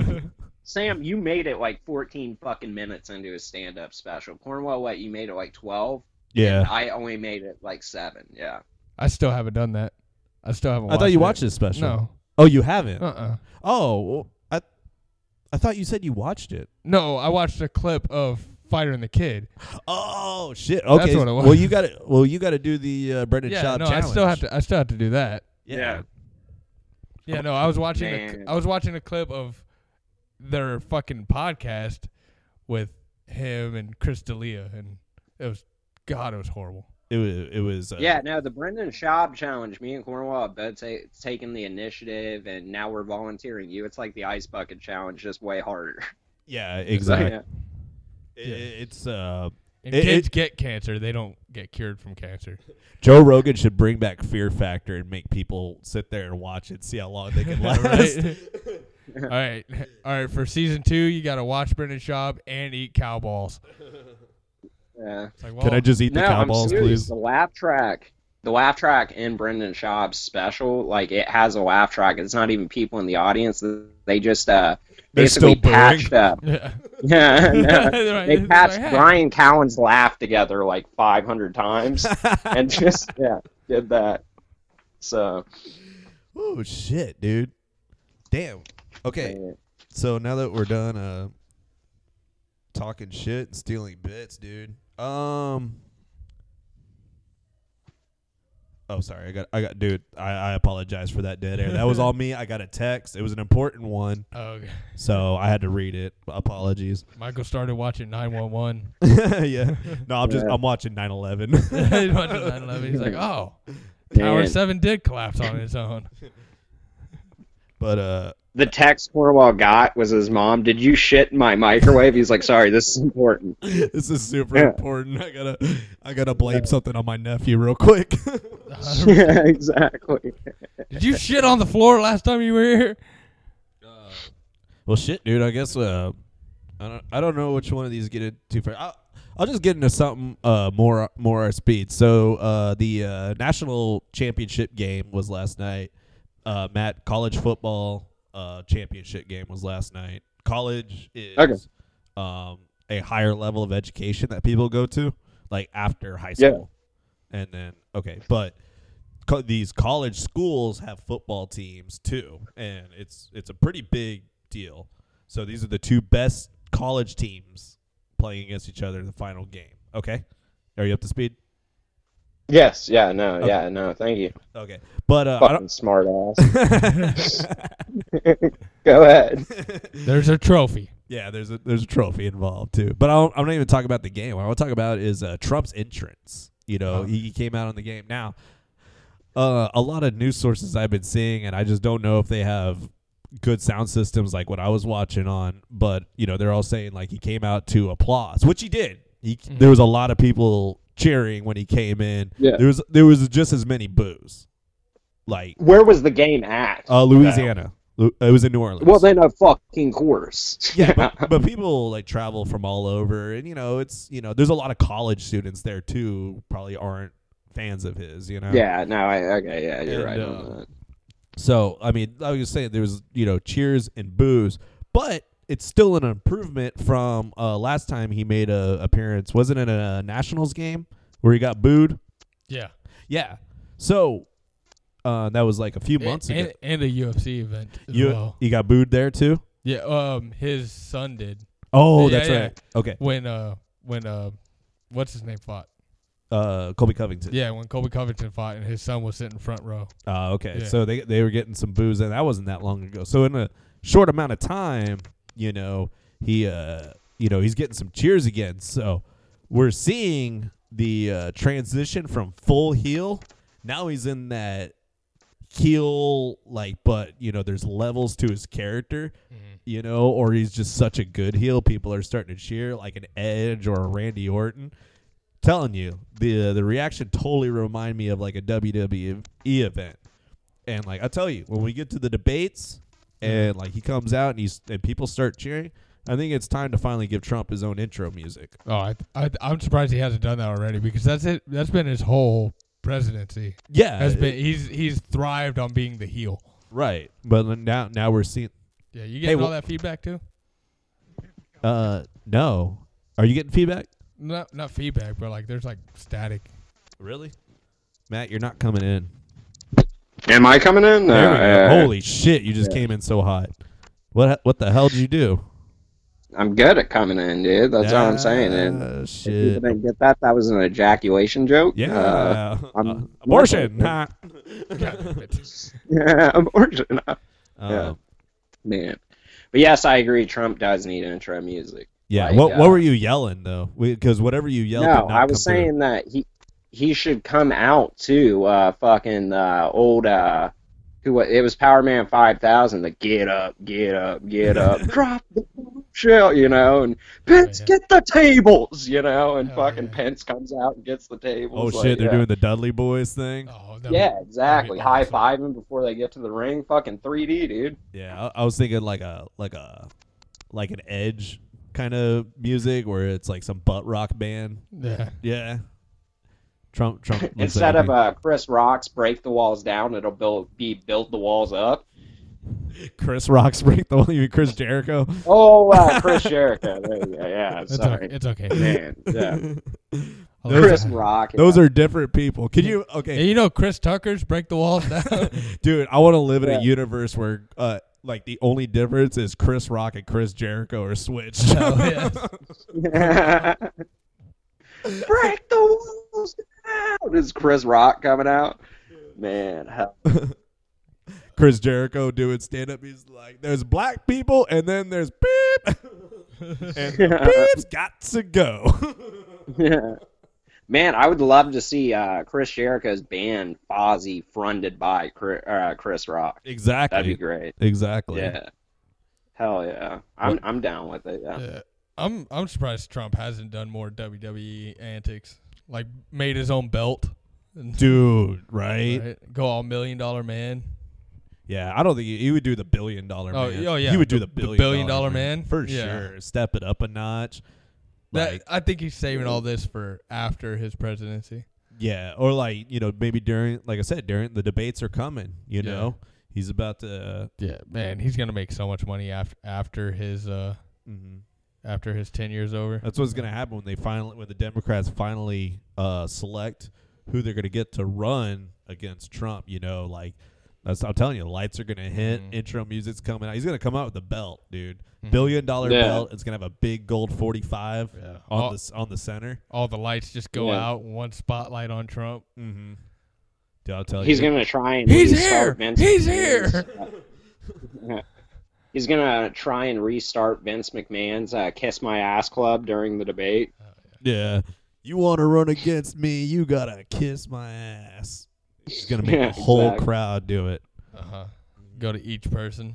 C: Sam, you made it like 14 fucking minutes into his stand-up special. Cornwell, what you made it like 12?
A: yeah.
C: I only made it like seven. Yeah.
B: I still haven't done that. I still haven't.
A: I thought you
B: it.
A: watched this special.
B: No.
A: Oh, you haven't.
B: Uh. uh
A: Oh, well, I. I thought you said you watched it.
B: No, I watched a clip of Fighter and the Kid.
A: Oh shit. Okay.
B: what it was.
A: Well, you got to. Well, you got to do the uh, Brendan
B: yeah,
A: Schaub
B: no,
A: challenge.
B: I still have to. I still have to do that.
A: Yeah.
B: Yeah, no, I was watching. A,
C: Man.
B: I was watching a clip of their fucking podcast with him and Chris D'Elia, and it was God, it was horrible.
A: It was. It was. Uh,
C: Yeah, no, the Brendan Schaub challenge, me and Cornwall have both ta- taken the initiative, and now we're volunteering you. It's like the ice bucket challenge, just way harder.
A: Yeah. Exactly.
C: Yeah.
A: It- it's. Uh,
B: And
A: It-
B: kids
A: it-
B: get cancer; they don't get cured from cancer.
A: Joe Rogan should bring back Fear Factor and make people sit there and watch it, see how long they can last.
B: right? all right, all right. For season two, you got to watch Brendan Schaub and eat cow balls.
C: Yeah.
B: It's like, well,
A: Can I just eat
C: No,
A: the cow
C: I'm
A: balls,
C: serious.
A: please?
C: The laugh track, the laugh track in Brendan Schaub's special, like it has a laugh track. It's not even people in the audience. They just uh,
A: They're
C: basically
A: still booing.
C: patched up.
B: Yeah.
C: Yeah, no.
B: Right,
C: they
B: it's
C: patched
B: like, hey.
C: Brian Cowan's laugh together like 500 times, and just yeah, did that. So
A: Oh shit, dude! Damn. Okay,
C: yeah.
A: so now that we're done uh, talking shit and stealing bits, dude. Um. Oh, sorry. I got. I got. Dude, I, I apologize for that dead air. That was all me. I got a text. It was an important one,
B: Oh, okay.
A: so I had to read it. Apologies.
B: Michael started watching 911.
A: yeah. No, I'm just.
C: Yeah.
A: I'm watching 9/11.
B: He's watching 911. He's like, oh, Tower
C: Man.
B: 7 did collapse on its own.
A: but uh.
C: the text Cornwall got was his mom. Did you shit in my microwave? He's like, sorry, this is important.
A: this is super
C: Yeah.
A: important. I gotta, I gotta blame something on my nephew real quick.
C: yeah, exactly.
B: Did you shit on the floor last time you were here?
A: well, shit, dude. I guess uh, I don't, I don't know which one of these get into first. I'll, I'll just get into something uh more more our speed. So uh, the uh, national championship game was last night. Uh, Matt, college football uh championship game was last night. College is
C: Okay.
A: um a higher level of education that people go to like after high
C: Yeah.
A: school. And then okay, but co- these college schools have football teams too, and it's it's a pretty big deal. So these are the two best college teams playing against each other in the final game. Okay, are you up to speed?
C: Yes. Yeah. No. Yeah. No. Thank you.
A: Okay, but uh, I don't.
C: Fucking smart ass. Go ahead.
B: There's a trophy.
A: Yeah, there's a there's a trophy involved too. But I don't, I'm not even talking about the game. What I want to talk about is uh, Trump's entrance. You know,
C: Uh-huh.
B: Oh.
A: he, he came out on the game. Now, uh, a lot of news sources I've been seeing, and I just don't know if they have good sound systems like what I was watching on. But you know, they're all saying like he came out to applause, which he did. He there was a lot of people cheering when he came in.
C: Mm-hmm. Yeah.
A: there was there was just as many boos, like
C: Where was the game at?
A: uh, Louisiana. Lu- It was in New Orleans.
C: Well, then a fucking course.
A: yeah, but, but people like travel from all over, and you know, it's you know, there's a lot of college students there too. who Probably aren't fans of his, you know.
C: yeah. No. I. Okay. Yeah. You're
A: And,
C: right
A: uh,
C: on that.
A: So I mean, I was just saying there was you know cheers and boos, but it's still an improvement from uh, last time he made a appearance. Wasn't it a Nationals game where he got booed?
B: Yeah.
A: Yeah. So uh, that was like a few months
B: and,
A: ago.
B: and a UFC event as
A: You
B: well.
A: you got booed there too.
B: Yeah, um, his son did
A: Oh,
B: Yeah,
A: that's
B: yeah.
A: right. Okay,
B: when uh when uh what's his name fought.
A: uh, Colby Covington.
B: Yeah, when Kobe Covington fought and his son was sitting front row.
A: Oh, okay.
B: Yeah.
A: So they they were getting some booze, and that wasn't that long ago. So in a short amount of time, you know, he uh you know, he's getting some cheers again. So we're seeing the uh, transition from full heel. Now he's in that heel, like, but, you know, there's levels to his character, you know, or he's just such a good heel. People are starting to cheer like an Edge or a Randy Orton. Telling you, the the reaction totally remind me of like a E WWE event. And like I tell you, when we get to the debates, and like he comes out and he's and people start cheering, I think it's time to finally give Trump his own intro music.
B: Oh, I, I, I'm surprised he hasn't done that already because that's it. That's been his whole presidency.
A: Yeah,
B: Has been he's he's thrived on being the heel.
A: right. But then now now we're seeing.
B: Yeah, you
A: Hey,
B: getting all
A: wh-
B: that feedback too?
A: Uh, no, are you getting feedback?
B: Not not feedback, but like there's like static.
A: Really, Matt, you're not coming in.
C: Am I coming in?
A: There we go.
C: Uh,
A: Holy shit, you just came in so hot. What what the hell did you do?
C: I'm good at coming in, dude. That's all I'm saying. And
A: Ah,
C: if you
A: shit.
C: didn't get that, that was an ejaculation joke.
A: Yeah.
C: Uh,
A: Uh,
C: I'm-
A: abortion. huh?
B: God damn it.
C: yeah, abortion.
A: Uh,
C: Man. But yes, I agree. Trump does need intro music.
A: yeah.
C: Like,
A: what
C: uh,
A: what were you yelling though? Because whatever you yelled.
C: no,
A: did not
C: I was
A: come through.
C: saying that he he should come out to uh, fucking uh, old uh, who wa- it was Power Man five thousand. The get up, get up, get up, drop the shell, you know, and Pence
B: yeah.
C: get the tables, you know, and
B: Oh,
C: fucking
B: yeah.
C: Pence comes out and gets the
A: Oh
C: tables. like, uh,
A: shit, they're
C: yeah.
A: doing the Dudley Boys thing.
B: Oh,
C: Yeah, exactly. High
B: awesome.
C: five him before they get to the ring. Fucking 3D, dude.
A: Yeah, I, I was thinking like a like a like an edge kind of music where it's like some butt rock band.
B: Yeah.
A: Yeah. Trump Trump looks
C: Instead
A: like
C: of uh, Chris Rock's break the walls down, it'll build, be build the walls up.
A: a Chris Rock's break the one you mean Chris Jericho.
C: Oh, uh, Chris Jericho. There you go. Yeah,
B: It's okay.
C: sorry.
B: It's okay.
C: Man, yeah.
B: I like
C: Chris
B: that.
C: Rock.
A: Those are different people. Can you
B: Hey,
A: okay
B: you know Chris Tucker's break the walls down.
A: dude, I wanna live in
C: Yeah.
A: a universe where uh like the only difference is Chris Rock and Chris Jericho are switched.
B: oh, yes.
C: break the walls down. Is Chris Rock coming out? Man, hell.
A: Chris Jericho doing stand up. He's like, there's black people and then there's beep. and the beep's got to go.
C: Yeah. Man, I would love to see uh, Chris Jericho's band Fozzy fronted by Chris, uh, Chris Rock. That'd be
A: exactly.
C: great.
A: Exactly.
C: Yeah. Hell yeah. I'm I'm down with it. Yeah.
B: Yeah. I'm I'm surprised Trump hasn't done more WWE antics, like made his own belt, and
A: Dude, right?
B: right? go all million dollar man.
A: Yeah, I don't think he, he would do the billion dollar
B: Oh,
A: man.
B: oh, yeah,
A: He would do
B: the-
A: the
B: the
A: billion,
B: billion dollar man.
A: For
B: Yeah.
A: sure. Step it up a notch.
B: That
A: Like,
B: I think he's saving all this for after his presidency.
A: yeah. Or like, you know, maybe during, like I said, during the debates are coming, you
B: Yeah.
A: know? He's about to.
B: Yeah, man, he's gonna make so much money after after his uh
A: mhm.
B: after his tenure's over.
A: That's what's going to happen when they finally, when the Democrats finally uh, select who they're going to get to run against Trump. You know, like that's I'm telling you, the lights are going to hit.
B: Mhm.
A: Intro music's coming out. He's going to come out with a belt, dude.
B: Mm-hmm.
A: Billion dollar
C: Yeah. Oh.
A: belt. It's going to have a big gold 45
B: Yeah.
A: on
B: All-
A: the s- on the center.
B: All the lights just go
C: Yeah.
B: out, one spotlight on Trump.
A: Mm-hmm. Dude, I'll tell
C: He's
A: you.
C: gonna try and
B: He's here!
C: restart Vince
B: He's
C: McMahon's-
B: here!
C: He's gonna try and restart Vince McMahon's uh, "Kiss My Ass" club during the debate.
A: yeah. You want to run against me? You gotta kiss my ass. He's gonna make
C: Yeah,
A: the whole
C: exactly.
A: crowd do it.
B: Uh huh.
A: Uh-huh.
B: Go to each person.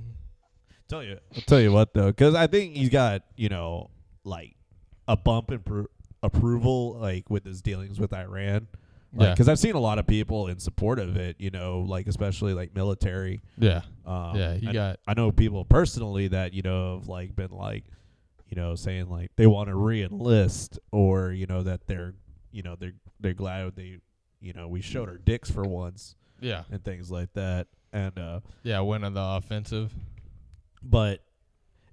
A: Tell you, I'll tell you what though, because I think he's got you know like a bump in pro- approval like with his dealings with Iran.
B: Yeah.
A: because I've seen a lot of people in support of it. You know, like especially like military.
B: Yeah.
A: Um,
B: yeah. You
A: I,
B: got
A: I know people personally that you know have like been like, you know, saying like they want to re-enlist or you know that they're you know they're they're glad they you know we showed our dicks for once
B: yeah.
A: and things like that. And uh,
B: Yeah, went on the offensive.
A: but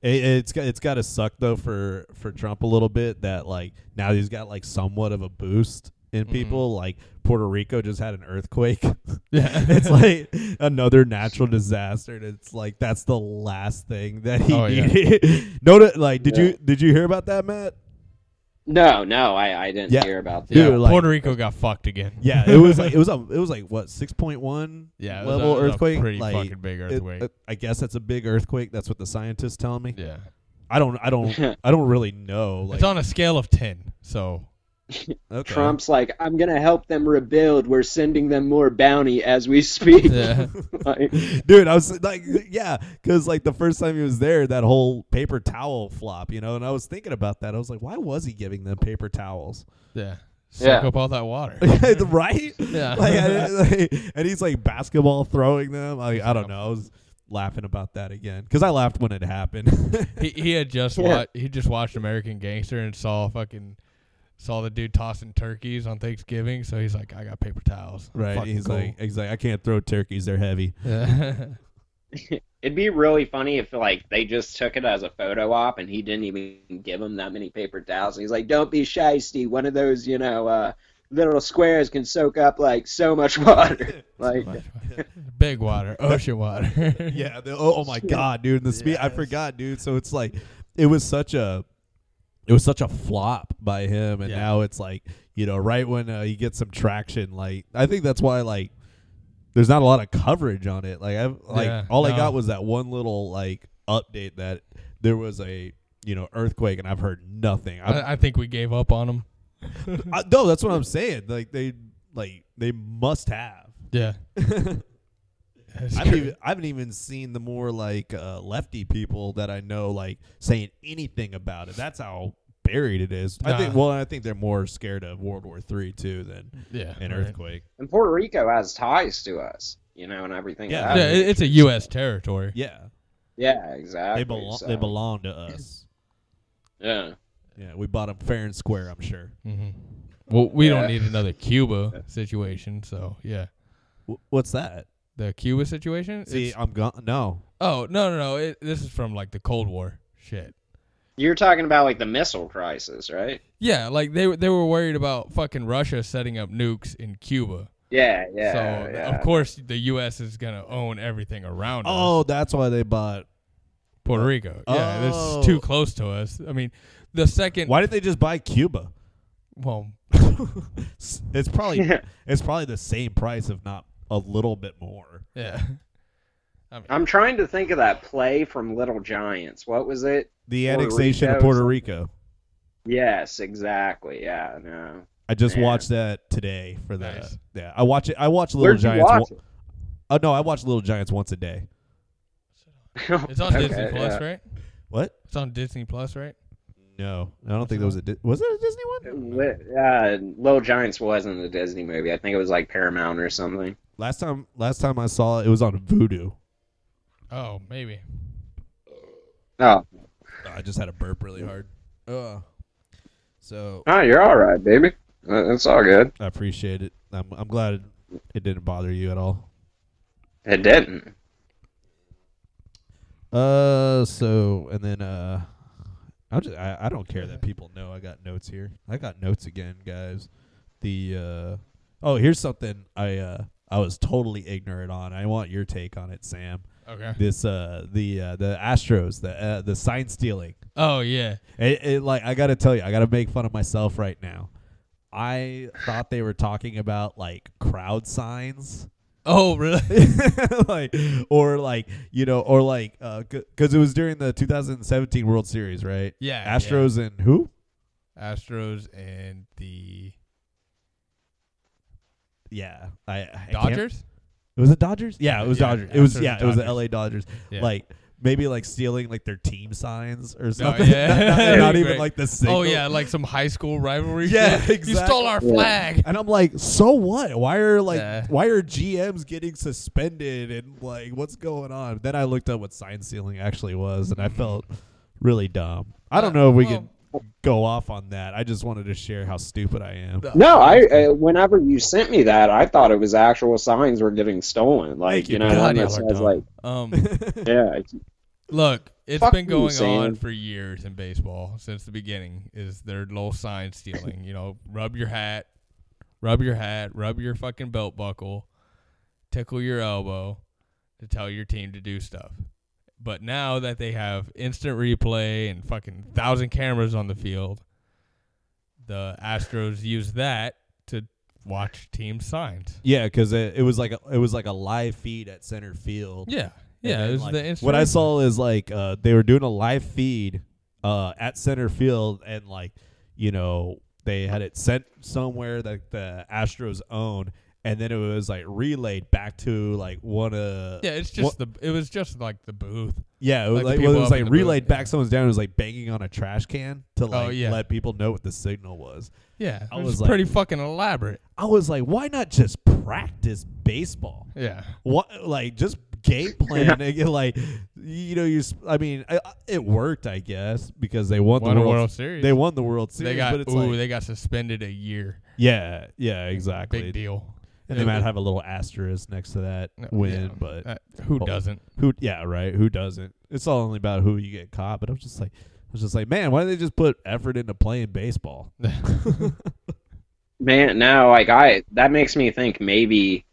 A: it, it's got- it's got to suck though for for Trump a little bit that like now he's got like somewhat of a boost in
B: Mhm.
A: people like Puerto Rico just had an earthquake.
B: Yeah.
A: it's like another natural disaster and it's like that's the last thing that he
B: Oh, yeah.
A: needed. Notice like did
C: Yeah.
A: you did you hear about that Matt?
C: No, no, I, I didn't
A: Yeah.
C: hear about that.
A: Dude,
B: yeah,
A: like-
B: Puerto Rico got fucked again.
A: Yeah, it was like it was a it was like what 6.1
B: yeah, it was a-
A: level
B: it was a
A: earthquake
B: pretty
A: like
B: fucking big
A: it-
B: earthquake.
A: I guess that's a big earthquake. That's what the scientists tell me.
B: yeah,
A: I don't I don't I don't really know. Like
B: it's on a scale of ten, so
A: okay.
C: Trump's like, I'm gonna help them rebuild. We're sending them more bounty as we speak.
B: yeah.
C: Like,
A: Dude, I was like, yeah, because like the first time he was there, that whole paper towel flop, you know, and I was thinking about that. I was like, why was he giving them paper towels?
B: yeah. Suck
C: Yeah.
B: up all that water.
A: right?
B: Yeah.
A: Like, I didn't- like, and he's like basketball throwing them. Like, I don't know. I was laughing about that again because I laughed when it happened.
B: he he had just
C: Yeah.
B: watched he just watched American Gangster and saw fucking saw the dude tossing turkeys on Thanksgiving, so he's like, I got paper towels. I'm
A: right?
B: fucking
A: he's
B: cool.
A: like, he's like, I can't throw turkeys; they're heavy.
B: Yeah.
C: It'd be really funny if like they just took it as a photo op and he didn't even give him that many paper towels. And he's like, "Don't be shysty. One of those, you know, uh, little squares can soak up like so much water. like,
B: Big water, ocean water.
A: Yeah. The, oh, oh my god, dude! The speed I
B: Yes.
A: forgot, dude. So it's like it was such a it was such a flop by him, and
B: Yeah.
A: now it's like you know, right when uh, he gets some traction, like I think that's why like there's not a lot of coverage on it. Like I have like
B: Yeah,
A: all I
B: no.
A: got was that one little like update that there was a you know earthquake, and I've heard nothing. I,
B: I, I think we gave up on him.
A: I, no, that's what I'm saying. Like they like they must have.
B: Yeah. That's
A: I
B: cra-
A: haven't, even, I haven't even seen the more like uh, lefty people that I know like saying anything about it. That's how buried it is. I think.
B: Nah.
A: Well, I think they're more scared of World War Three too than
B: yeah.
A: an
B: right.
A: earthquake.
C: and Puerto Rico has ties to us, you know, and everything.
A: Yeah.
C: Yeah,
B: Yeah, it, it's a U.S. territory.
A: Yeah,
C: yeah, exactly.
A: they belong.
C: so,
A: They belong to us.
C: Yeah,
A: Yeah, we bought them fair and square. I'm sure.
B: hmm Well, we
C: Yeah.
B: don't need another Cuba situation, so yeah,
A: W- what's that?
B: the Cuba situation.
A: See,
B: it's-
A: I'm gone. No.
B: oh no, no, no! It, this is from like the Cold War shit.
C: you're talking about like the missile crisis, right?
B: Yeah, like they were- they were worried about fucking Russia setting up nukes in Cuba.
C: Yeah, yeah.
B: so th-
C: yeah.
B: of course the U.S. is gonna own everything around us.
A: Oh, that's why they bought.
B: Puerto Rico. Yeah,
A: Oh.
B: it's too close to us. I mean, the second
A: Why did they just buy Cuba?
B: well,
A: S- it's probably it's probably the same price, if not a little bit more.
B: yeah,
C: I'm trying to think of that play from Little Giants. What was it?
A: The
C: Puerto
A: annexation
C: Rico
A: of
C: is-
A: Puerto Rico.
C: Yes, exactly. Yeah, no.
A: I just
C: Man.
A: watched that today for the
B: Nice.
A: yeah. I watch it. I watch Little
C: Where'd
A: Giants.
C: you watch
A: wa- Oh no, I watch Little Giants once a day.
C: it?
B: it's on
C: Okay,
B: Disney Plus,
C: yeah.
B: right?
A: What?
B: It's on Disney Plus, right?
A: No, I don't think that was a Di- was it a Disney one?
C: Li- Uh, Little Giants wasn't a Disney movie. I think it was like Paramount or something.
A: Last time, last time I saw it, it was on Voodoo.
B: Oh, maybe.
C: Oh,
A: I just had a burp really hard. Ugh. So
C: oh, you're all right, baby. Uh, It's all good.
A: I appreciate it. I'm I'm glad it, it didn't bother you at all.
C: It didn't.
A: Uh, so and then uh, I'm just I, I don't care that people know I got notes here. I got notes again, guys. The uh, oh here's something I uh I was totally ignorant on. I want your take on it, Sam.
B: Okay.
A: This uh the uh, the Astros the uh, the sign stealing.
B: Oh yeah.
A: It, it like I gotta tell you, I gotta make fun of myself right now. I thought they were talking about like crowd signs.
B: Oh really?
A: like or like you know or like uh because it was during the 2017 world series right
B: Yeah. yeah.
A: astros and who
B: Astros and the
A: yeah i, I can't-
B: Dodgers.
A: it was the dodgers yeah it was
B: Yeah,
A: dodgers it was
B: Astros
A: yeah
B: and
A: it was the
B: Dodgers.
A: la dodgers
B: Yeah. Oh,
A: like maybe like stealing like their team signs or something
B: yeah.
A: not, not-
B: That'd
A: not
B: be
A: even
B: great.
A: like the single.
B: Oh yeah, like some high school rivalry.
A: Yeah,
B: shit. You stole
A: exactly.
B: our
C: Yeah.
B: flag.
A: and i'm like so what why are like
B: Yeah.
A: why are gms getting suspended and like what's going on then i looked up what sign stealing actually was and i felt really dumb i don't
B: Yeah,
A: know if we
B: Mm-hmm. Uh, well-
A: can go off on that. I just wanted to share how stupid I am.
C: No, I. Uh, whenever you sent me that, I thought it was actual signs were getting stolen. Like
A: Thank
C: you,
A: you.
C: know,
A: God,
C: one
B: y'all
C: that
B: are
C: says
B: dumb.
C: like,
B: Um,
C: yeah,
B: look, it's
C: Fuck
B: been
C: you,
B: going
C: Sam.
B: on for years in baseball since the beginning. Is their little sign stealing? You know, rub your hat, rub your hat, rub your fucking belt buckle, tickle your elbow to tell your team to do stuff. But now that they have instant replay and fucking thousand cameras on the field, the Astros use that to watch team signs.
A: Yeah, because it, it was like a, it was like a live feed at center field.
B: Yeah,
A: And
B: yeah,
A: then,
B: it was
A: like,
B: the instant.
A: what I
B: replay.
A: saw is like uh, they were doing a live feed uh, at center field, and like you know they had it sent somewhere that the Astros owned, and then it was like relayed back to like one of
B: Yeah, it's just the it was just like the booth.
A: yeah, it was
B: Like,
A: like,
B: the
A: well, it
B: people
A: was
B: up in
A: like
B: the booth,
A: relayed back
B: yeah.
A: someone's down. It was like banging on a trash can to like
B: yeah.
A: let people know what the signal was.
B: Yeah,
A: I
B: it
A: was
B: was
A: like-
B: pretty fucking elaborate.
A: I was like, why not just practice baseball?
B: Yeah,
A: what like just game plan nigga, like you know you s- i mean I, I- it worked i guess because they won
B: won
A: the
B: a
A: world,
B: World Series.
A: they won the world series
B: they got
A: but it's
B: ooh,
A: like
B: they got suspended a year.
A: yeah yeah exactly
B: Big deal.
A: and they
B: It-
A: might have a little asterisk next to that
B: no,
A: win
B: yeah,
A: but
B: uh, who
A: Oh.
B: doesn't?
A: who yeah right who doesn't it's all only about who you get caught but i'm just like I was just like, man, why did they just put effort into playing baseball?
C: Man, no, like I that makes me think maybe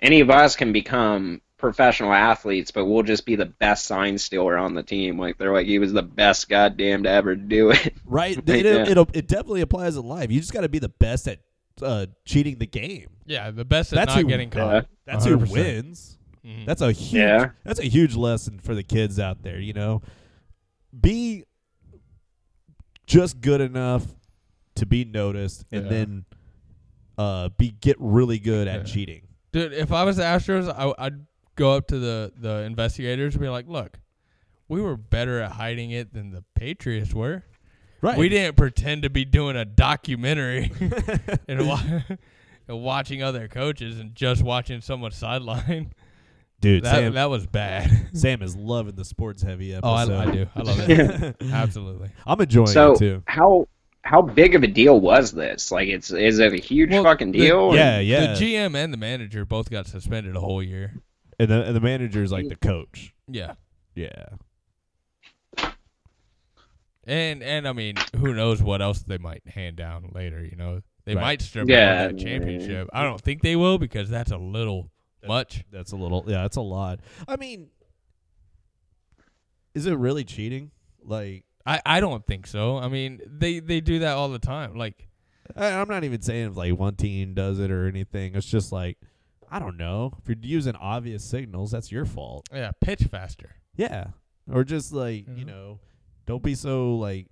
C: any of us can become professional athletes, but we'll just be the best sign stealer on the team. Like they're like he was the best goddamn to ever do it.
A: Right? it,
C: Right,
A: it,
C: yeah.
A: it'll- it definitely applies in life. You just got to be the best at uh, cheating the game.
B: yeah, the best at
A: That's
B: not
A: who-
B: getting
C: Yeah.
B: caught.
A: That's who
B: 100%.
A: wins.
B: Mhm.
A: That's a huge
C: Yeah.
A: that's a huge lesson for the kids out there, you know. Be just good enough to be noticed and
B: Yeah.
A: then uh be get really good at
B: Yeah.
A: cheating.
B: Dude, if I was the Astros, I, would go up to the, the investigators and be like, look, we were better at hiding it than the Patriots were.
A: Right.
B: We didn't pretend to be doing a documentary and, wa- and watching other coaches and just watching someone sideline.
A: Dude,
B: That,
A: Sam,
B: that was bad.
A: Sam is loving the sports heavy episode.
B: Oh, I, I do. I love it. Absolutely.
A: I'm enjoying
C: So
A: it too.
C: how how big of a deal was this? Like it's is it a huge
B: Well,
C: fucking
B: the-
C: deal?
A: Yeah, yeah.
B: The GM and the manager both got suspended a whole year.
A: and the and the manager's like the coach.
B: Yeah.
A: Yeah.
B: And and I mean, who knows what else they might hand down later? You know, they
A: Right.
B: might strip
C: Yeah,
B: yeah, that
C: I mean-
B: championship. I don't think they will because that's a little much.
A: That's a little yeah, that's a lot. I mean is it really cheating? Like
B: I I don't think so. I mean, they they do that all the time. Like,
A: I, I'm not even saying if like one team does it or anything. It's just like I don't know. If you're using obvious signals, that's your fault.
B: yeah, pitch faster.
A: Yeah, Mm-hmm. or just like
B: Yeah.
A: you know, don't be so like,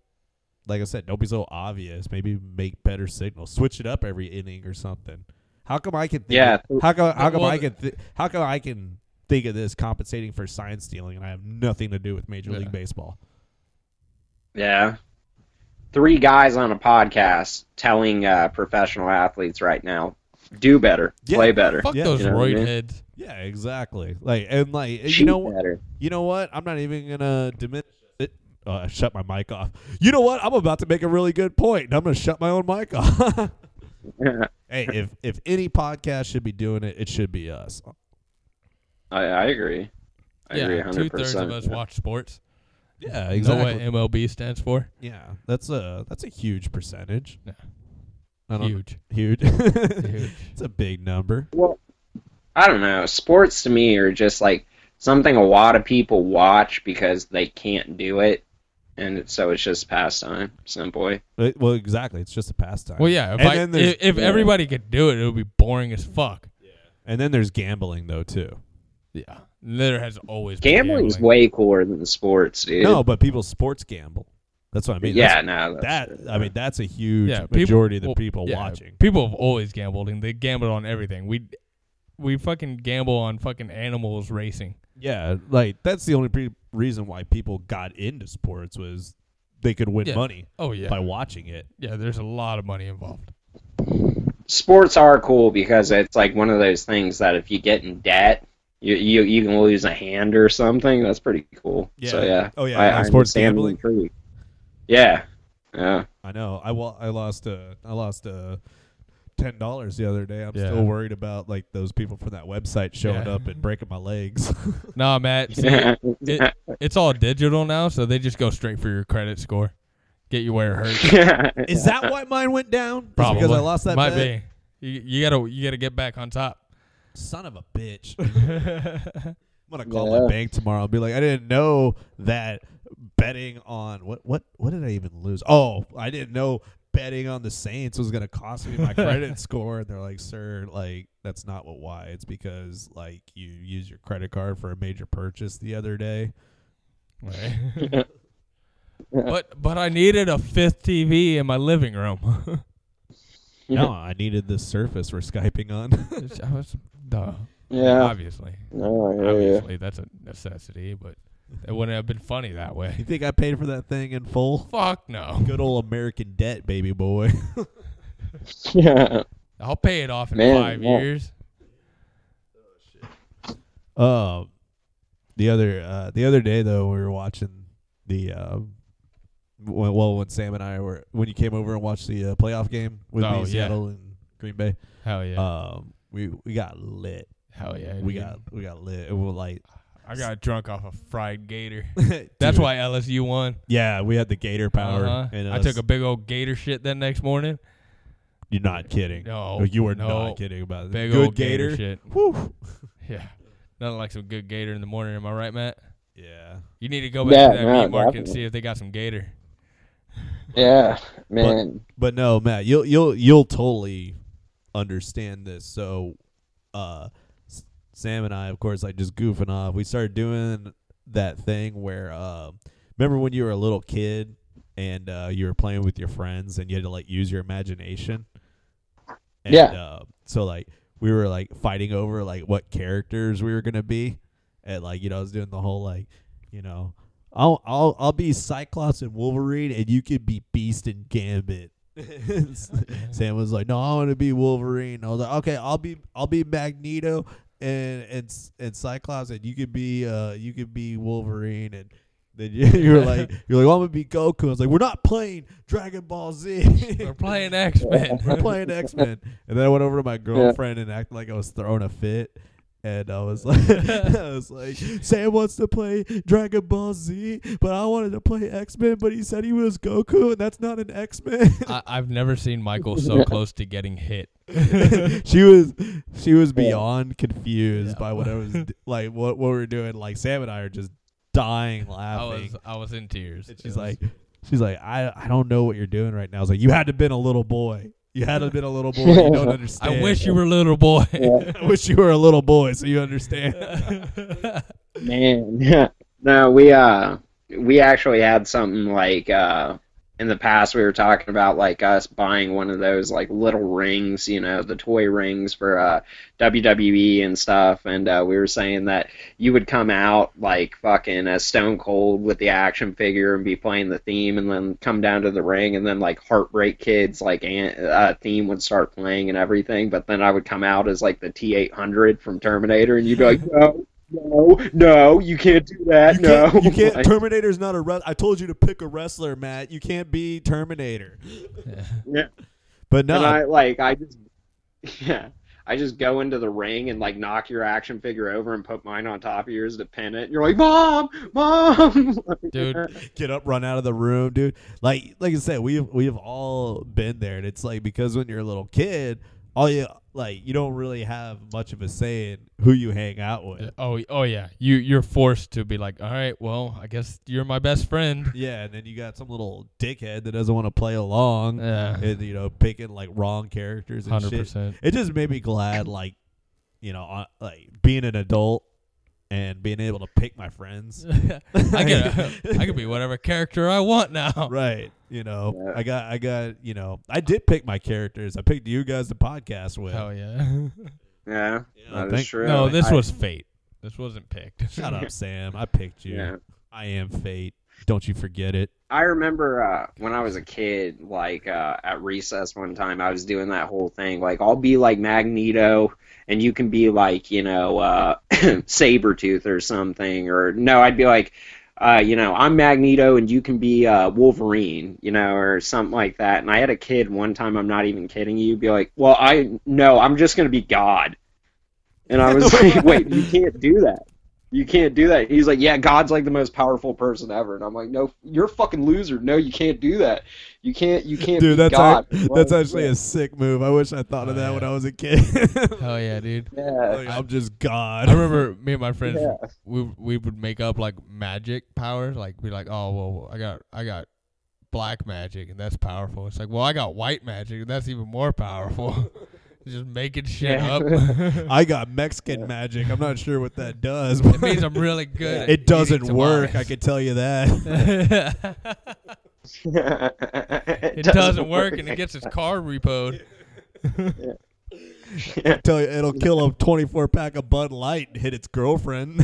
A: like I said, don't be so obvious. Maybe make better signals. Switch it up every inning or something. How come I can think?
C: Yeah.
A: Of, how come? How come
B: Well,
A: I can? Th- how come I can think of this compensating for sign stealing, and I have nothing to do with Major
B: Yeah.
A: League Baseball?
C: Yeah. Three guys on a podcast telling uh, professional athletes right now, do better,
A: Yeah.
C: play better,
B: Fuck
A: Yeah,
B: those
C: you know what I
B: roid
C: mean?
B: heads.
A: Yeah, exactly. Like and like you
C: shoot
A: know what?
C: better.
A: you know what? I'm not even gonna diminish it. Uh, I shut my mic off. You know what? I'm about to make a really good point, and I'm gonna shut my own mic off. hey, if if any podcast should be doing it, it should be us.
C: I, I agree. I agree
B: Yeah,
C: 100%.
B: two thirds of us watch sports.
A: Yeah,
B: Know what MLB stands for?
A: yeah, that's a that's a huge percentage.
B: Yeah.
A: I don't-
B: Huge.
A: huge.
B: Huge.
A: it's a big number.
C: Well, I don't know. Sports to me are just like something a lot of people watch because they can't do it, and it's, so it's just pastime, simply.
A: Uh, Well, exactly. It's just a pastime.
B: Well, yeah. If
A: And
B: I,
A: then there's-
B: if, if
C: yeah.
B: everybody could do it, it would be boring as fuck.
A: and then there's gambling though too.
B: Yeah. There has always been
C: Gambling's
B: gambling.
C: way cooler than sports, dude.
A: No, but people sports gamble. That's what I mean.
C: yeah,
A: That's-
C: no,
A: that
C: that's-
A: I mean that's a huge
B: Yeah, people-
A: majority of the
B: well,
A: people
B: yeah,
A: watching.
B: People have always gambled, and they gambled on everything. We we fucking gamble on fucking animals racing.
A: Yeah, like that's the only pre- reason why people got into sports was they could win
B: Yeah.
A: money
B: Oh yeah,
A: by watching it.
B: yeah. There's a lot of money involved.
C: sports are cool because it's like one of those things that if you get in debt, you you, you can lose a hand or something. That's pretty cool.
A: Yeah.
C: So yeah.
A: Oh, yeah,
C: I,
A: like
C: I
A: sports
C: understand the
A: gambling?
C: intrigue. Yeah. Yeah.
A: I know. I wa- I lost uh I lost uh ten dollars the other day. I'm
B: Yeah.
A: still worried about like those people from that website showing
B: Yeah.
A: up and breaking my legs.
B: Nah, Matt. see, it- it's all digital now, so they just go straight for your credit score, get you where it hurts.
A: Is that why mine went down? Just
B: Probably
A: because I lost that
B: Might
A: bet?
B: be. You, you gotta you gotta get back on top.
A: Son of a bitch. I'm gonna call my
C: Yeah.
A: bank tomorrow. I'll be like, I didn't know that betting on what what what did I even lose? Oh, I didn't know betting on the Saints was gonna cost me my credit score. And they're like, sir, like that's not what why. It's because like you use your credit card for a major purchase the other day.
B: Right. but but I needed a fifth TV in my living room.
A: No, I needed this surface we're skyping on.
B: I was duh.
C: Yeah.
B: Obviously,
C: No, yeah, yeah.
B: obviously that's a necessity, but it wouldn't have been funny that
A: you
B: way.
A: think I paid for that thing in full?
B: Fuck no.
A: Good old American debt, baby boy.
C: Yeah.
B: I'll pay it off in
C: Man,
B: five
C: yeah.
B: years.
A: Uh, the other uh, the other day though, we were watching the uh, well, well, when Sam and I were when you came over and watched the uh, playoff game with
B: Oh,
A: me,
B: yeah.
A: Seattle and Green Bay.
B: Hell yeah.
A: Um, we we got lit.
B: Hell yeah.
A: we
B: dude.
A: got we got lit. It was like
B: I got drunk off a fried gator.
A: Dude,
B: That's why LSU won.
A: Yeah, we had the Gator power.
B: Uh-huh.
A: in
B: I
A: us.
B: took a big old gator shit that next morning.
A: You're not kidding.
B: No,
A: Like, you were
B: no.
A: not kidding about it.
B: Big
A: Good
B: old gator, shit.
A: Whew.
B: Yeah. Nothing like some good gator in the morning. Am I right, Matt?
A: Yeah.
B: You need to go back
C: Yeah,
B: to that
C: no,
B: meat market and
C: definitely.
B: see if they got some gator.
C: Yeah, man.
A: But no, Matt, you'll you'll you'll totally understand this. So, uh, S- Sam and I, of course, like just goofing off. We started doing that thing where, uh, remember when you were a little kid and uh, you were playing with your friends and you had to like use your imagination. And,
C: Yeah.
A: Uh, so like we were like fighting over like what characters we were gonna be, and like you know I was doing the whole like, you know. I'll I'll I'll be Cyclops and Wolverine, and you could be Beast and Gambit. Sam was like, "No, I want to be Wolverine." I was like, "Okay, I'll be I'll be Magneto and and S- and Cyclops, and you could be uh you could be Wolverine." And then you, you were like, "You're like, well, I'm gonna be Goku." I was like, "We're not playing Dragon Ball Z.
B: We're playing X Men.
A: We're playing X Men." And then I went over to my girlfriend and acted like I was throwing a fit. And I was like, I was like, Sam wants to play Dragon Ball Z, but I wanted to play X Men, but he said he was Goku, and that's not an X Men.
B: I, I've never seen Michael so close to getting hit.
A: she was she was beyond confused by what I was d- like what what we were doing. Like Sam and I are just dying
B: I
A: laughing.
B: was I was in tears.
A: and she's like she's like I I don't know what you're doing right now. I was like you had to been a little boy. You had to been a little boy. You don't understand.
B: I wish you were a little boy.
A: I wish you were a little boy so you understand.
C: Man, yeah. No, we uh we actually had something like uh in the past we were talking about like us buying one of those like little rings, you know, the toy rings for uh WWE and stuff and uh we were saying that you would come out like fucking a stone cold with the action figure and be playing the theme and then come down to the ring and then like heartbreak kids like an- uh, theme would start playing and everything but then i would come out as like the t800 from terminator and you'd be like no no no you can't do that
A: You
C: no
A: can't, you can't.
C: Like,
A: Terminator's not a. Re- I told you to pick a wrestler, Matt. You can't be Terminator.
C: Yeah.
A: But no,
C: and i like i just yeah I just go into the ring and like knock your action figure over and put mine on top of yours to pin it. And you're like, "Mom, mom!"
B: Dude.
A: get up, run out of the room, dude. Like like I said, we've we've all been there, and it's like because when you're a little kid, all you like you don't really have much of a say in who you hang out with. Yeah,
B: oh oh yeah. You you're forced to be like, all right, well, I guess you're my best friend.
A: and then you got some little dickhead that doesn't want to play along,
B: Yeah.
A: and you know picking like wrong characters and
B: Hundred
A: shit.
B: percent.
A: It just made me glad, like you know, uh, like being an adult and being able to pick my friends.
B: I could I could be whatever character I want now.
A: Right. You know,
C: Yeah.
A: I got, I got, you know, I did pick my characters. I picked you guys to podcast with.
B: Hell yeah.
C: yeah, that is
A: thank-
C: true.
B: No, this
C: I-
B: was fate. This wasn't picked.
A: Shut up, Sam. I picked you.
C: Yeah.
A: I am fate. Don't you forget it.
C: I remember uh, when I was a kid, like uh, at recess one time, I was doing that whole thing. Like, I'll be like Magneto, and you can be like, you know, uh, Sabretooth or something. Or, no, I'd be like, uh, you know, I'm Magneto, and you can be uh, Wolverine, you know, or something like that. And I had a kid one time, I'm not even kidding you, be like, well, I, no, I'm just going to be God. And I was like, wait, you can't do that you can't do that. He's like, yeah, God's like the most powerful person ever, and I'm like, no, you're a fucking loser. No, you can't do that. You can't. You can't. be
A: Dude, that's
C: God.
A: ac- that's actually a sick move. I wish I thought of
B: Oh,
A: that
B: yeah.
A: when I was a kid.
B: Hell yeah, dude.
C: yeah.
A: Like, I'm just God.
B: I remember me and my friends
C: Yeah.
B: we we would make up like magic powers, like be like, Oh well I got I got black magic and that's powerful. It's like, well I got white magic and that's even more powerful. Just making shit
C: Yeah.
B: up.
A: I got Mexican magic. I'm not sure what that does. But
B: it means I'm really good. at
A: it doesn't
B: eating
A: work. I
B: tamales.
A: can tell you that.
C: it
B: it doesn't work, and it gets his car repoed.
A: tell you, it'll kill a 24 pack of Bud Light and hit its girlfriend.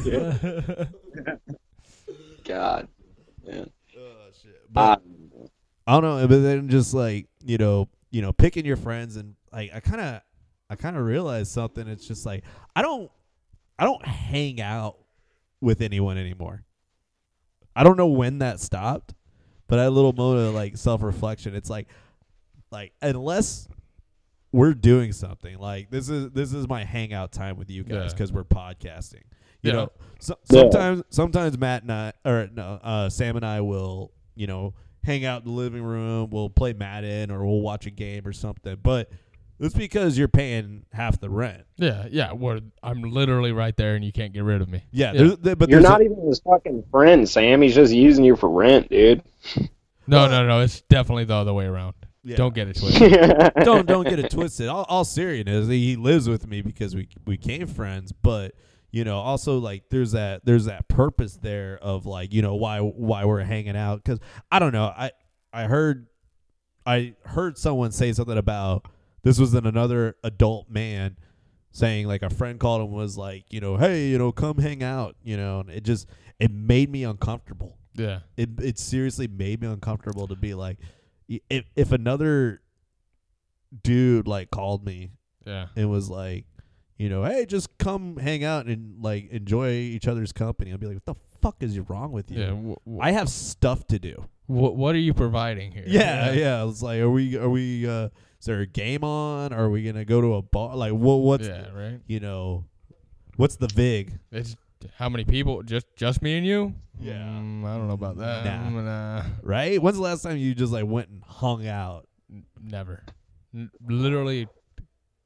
C: God. Yeah.
A: But-
C: Uh,
A: I don't know, but then just like you know, you know, picking your friends and like I kind of, I kind of realized something. It's just like I don't, I don't hang out with anyone anymore. I don't know when that stopped, but I had a little moment of like self reflection. It's like, like unless we're doing something like this is this is my hangout time with you guys
B: Yeah.
A: because we're podcasting. You
B: Yeah.
A: know, so,
C: Yeah.
A: sometimes sometimes Matt and I or no uh, Sam and I will you know hang out in the living room. We'll play Madden or we'll watch a game or something. But it's because you're paying half the rent.
B: Yeah, yeah. Where I'm literally right there, and you can't get rid of me.
A: Yeah, there's- there- but
C: You're
A: there's a-
C: not even his fucking friend, Sam. He's just using you for rent, dude.
B: No, no, no. It's definitely the other way around.
A: uh, Yeah.
B: Don't get it twisted.
C: yeah.
A: don't don't get it twisted. All, all seriousness, he lives with me because we we became friends, but you know, also like there's that there's that purpose there of like you know why why we're hanging out because I don't know I I heard I heard someone say something about this was in another adult man saying like a friend called him was like you know hey you know come hang out you know and it just it made me uncomfortable
B: yeah.
A: it it seriously made me uncomfortable to be like y- if if another dude like called me
B: Yeah.
A: and was like you know hey just come hang out and like enjoy each other's company i'd be like what the fuck is wrong with you
B: Yeah. Wh- wh-
A: i have stuff to do
B: wh- what are you providing here?
A: yeah yeah it's like are we are we uh is there a game on are we gonna go to a bar like what what's
B: yeah.
A: the-
B: Right.
A: you know what's the vig
B: It's how many people? Just just me and you?
A: Yeah.
B: Mm, I don't know about that.
A: Nah.
B: Mm, nah.
A: right when's the last time you just like went and hung out
B: N- Never. N- literally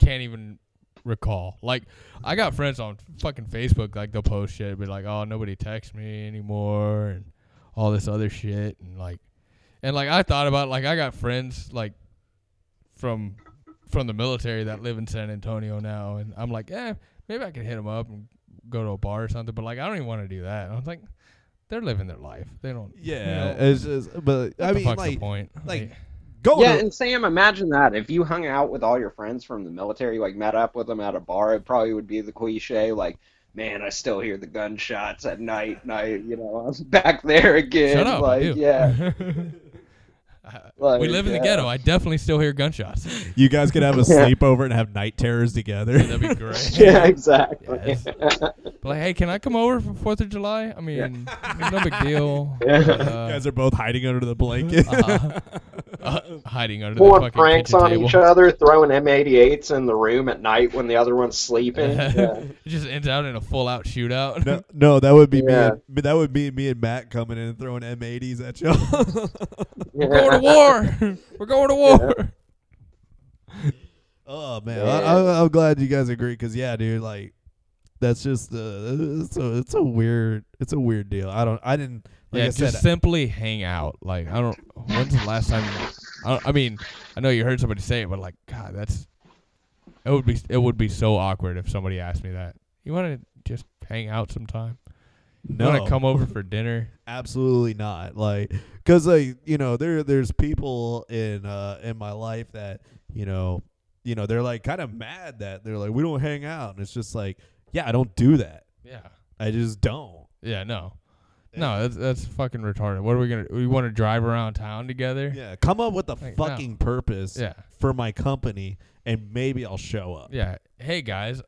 B: can't even recall. Like I got friends on fucking Facebook like they'll post shit be like, "Oh, nobody texts me anymore." and all this other shit and like and like I thought about like I got friends like from from the military that live in San Antonio now and I'm like, "Eh, maybe I could hit them up and go to a bar or something." But like I don't even want to do that. I was like, they're living their life. They don't
A: yeah
B: you know,
A: it's just but
B: what
A: i
B: the
A: mean
B: fuck's
A: like
B: the point?
A: like, go to-
C: and Sam, imagine that. If you hung out with all your friends from the military, like met up with them at a bar, it probably would be the cliche, like, man, I still hear the gunshots at night, and I, you know, I'm back there again.
B: Shut up. I
C: like,
B: do.
C: yeah.
B: I-
C: Like,
B: we live in the
C: yeah.
B: ghetto. I definitely still hear gunshots.
A: You guys could have a
C: Yeah.
A: sleepover and have night terrors together.
B: That'd be great.
C: Yeah, exactly.
B: Yes. Like, hey, can I come over for Fourth of July? I mean, it's no big deal.
C: Yeah.
A: you
B: Uh,
A: guys are both hiding under the blanket.
B: uh, uh, hiding under the
C: Pulling
B: fucking
C: pranks
B: kitchen
C: on
B: table.
C: each other, throwing M88s in the room at night when the other one's sleeping. Yeah.
B: it just ends out in a full-out shootout.
A: no, no, that would be
C: Yeah.
A: me. And, that would be me and Matt coming in and throwing M80s at y'all.
B: We're going to war. We're going to war.
A: oh man, I, I, I'm glad you guys agree because yeah, dude, like that's just uh, it's a it's a weird it's a weird deal. I don't I didn't like
B: yeah,
A: I said
B: just simply hang out. Like, I don't. When's the last time? I, don't- I mean, I know you heard somebody say it, but like, God, that's. It would be it would be so awkward if somebody asked me that. You want to just hang out sometime? You
A: no.
B: want to come over for dinner?
A: absolutely not like because like you know there there's people in uh in my life that you know you know they're like kind of mad that they're like we don't hang out and it's just like yeah i don't do that
B: Yeah.
A: i just don't
B: Yeah. No. No, that's that's fucking retarded. What are we gonna? We want to drive around town together?
A: yeah come up with a
B: Like, no.
A: fucking purpose
B: Yeah.
A: for my company and maybe i'll show up
B: Yeah. Hey guys,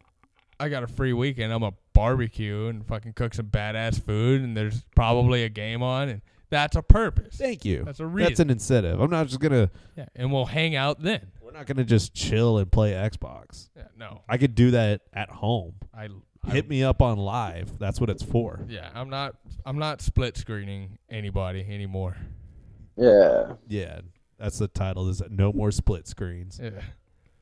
B: I got a free weekend. I'm a barbecue and fucking cook some badass food, and there's probably a game on, and that's a purpose.
A: thank you
B: That's a
A: that's
B: reason.
A: an incentive i'm not just gonna
B: yeah, and we'll hang out then.
A: we're not gonna just chill and play xbox
B: Yeah, no,
A: i could do that at home
B: I
A: hit me up on live that's what it's for
B: Yeah, I'm not. I'm not split screening anybody anymore.
C: yeah.
A: Yeah, that's the title. Is no more split screens.
B: Yeah.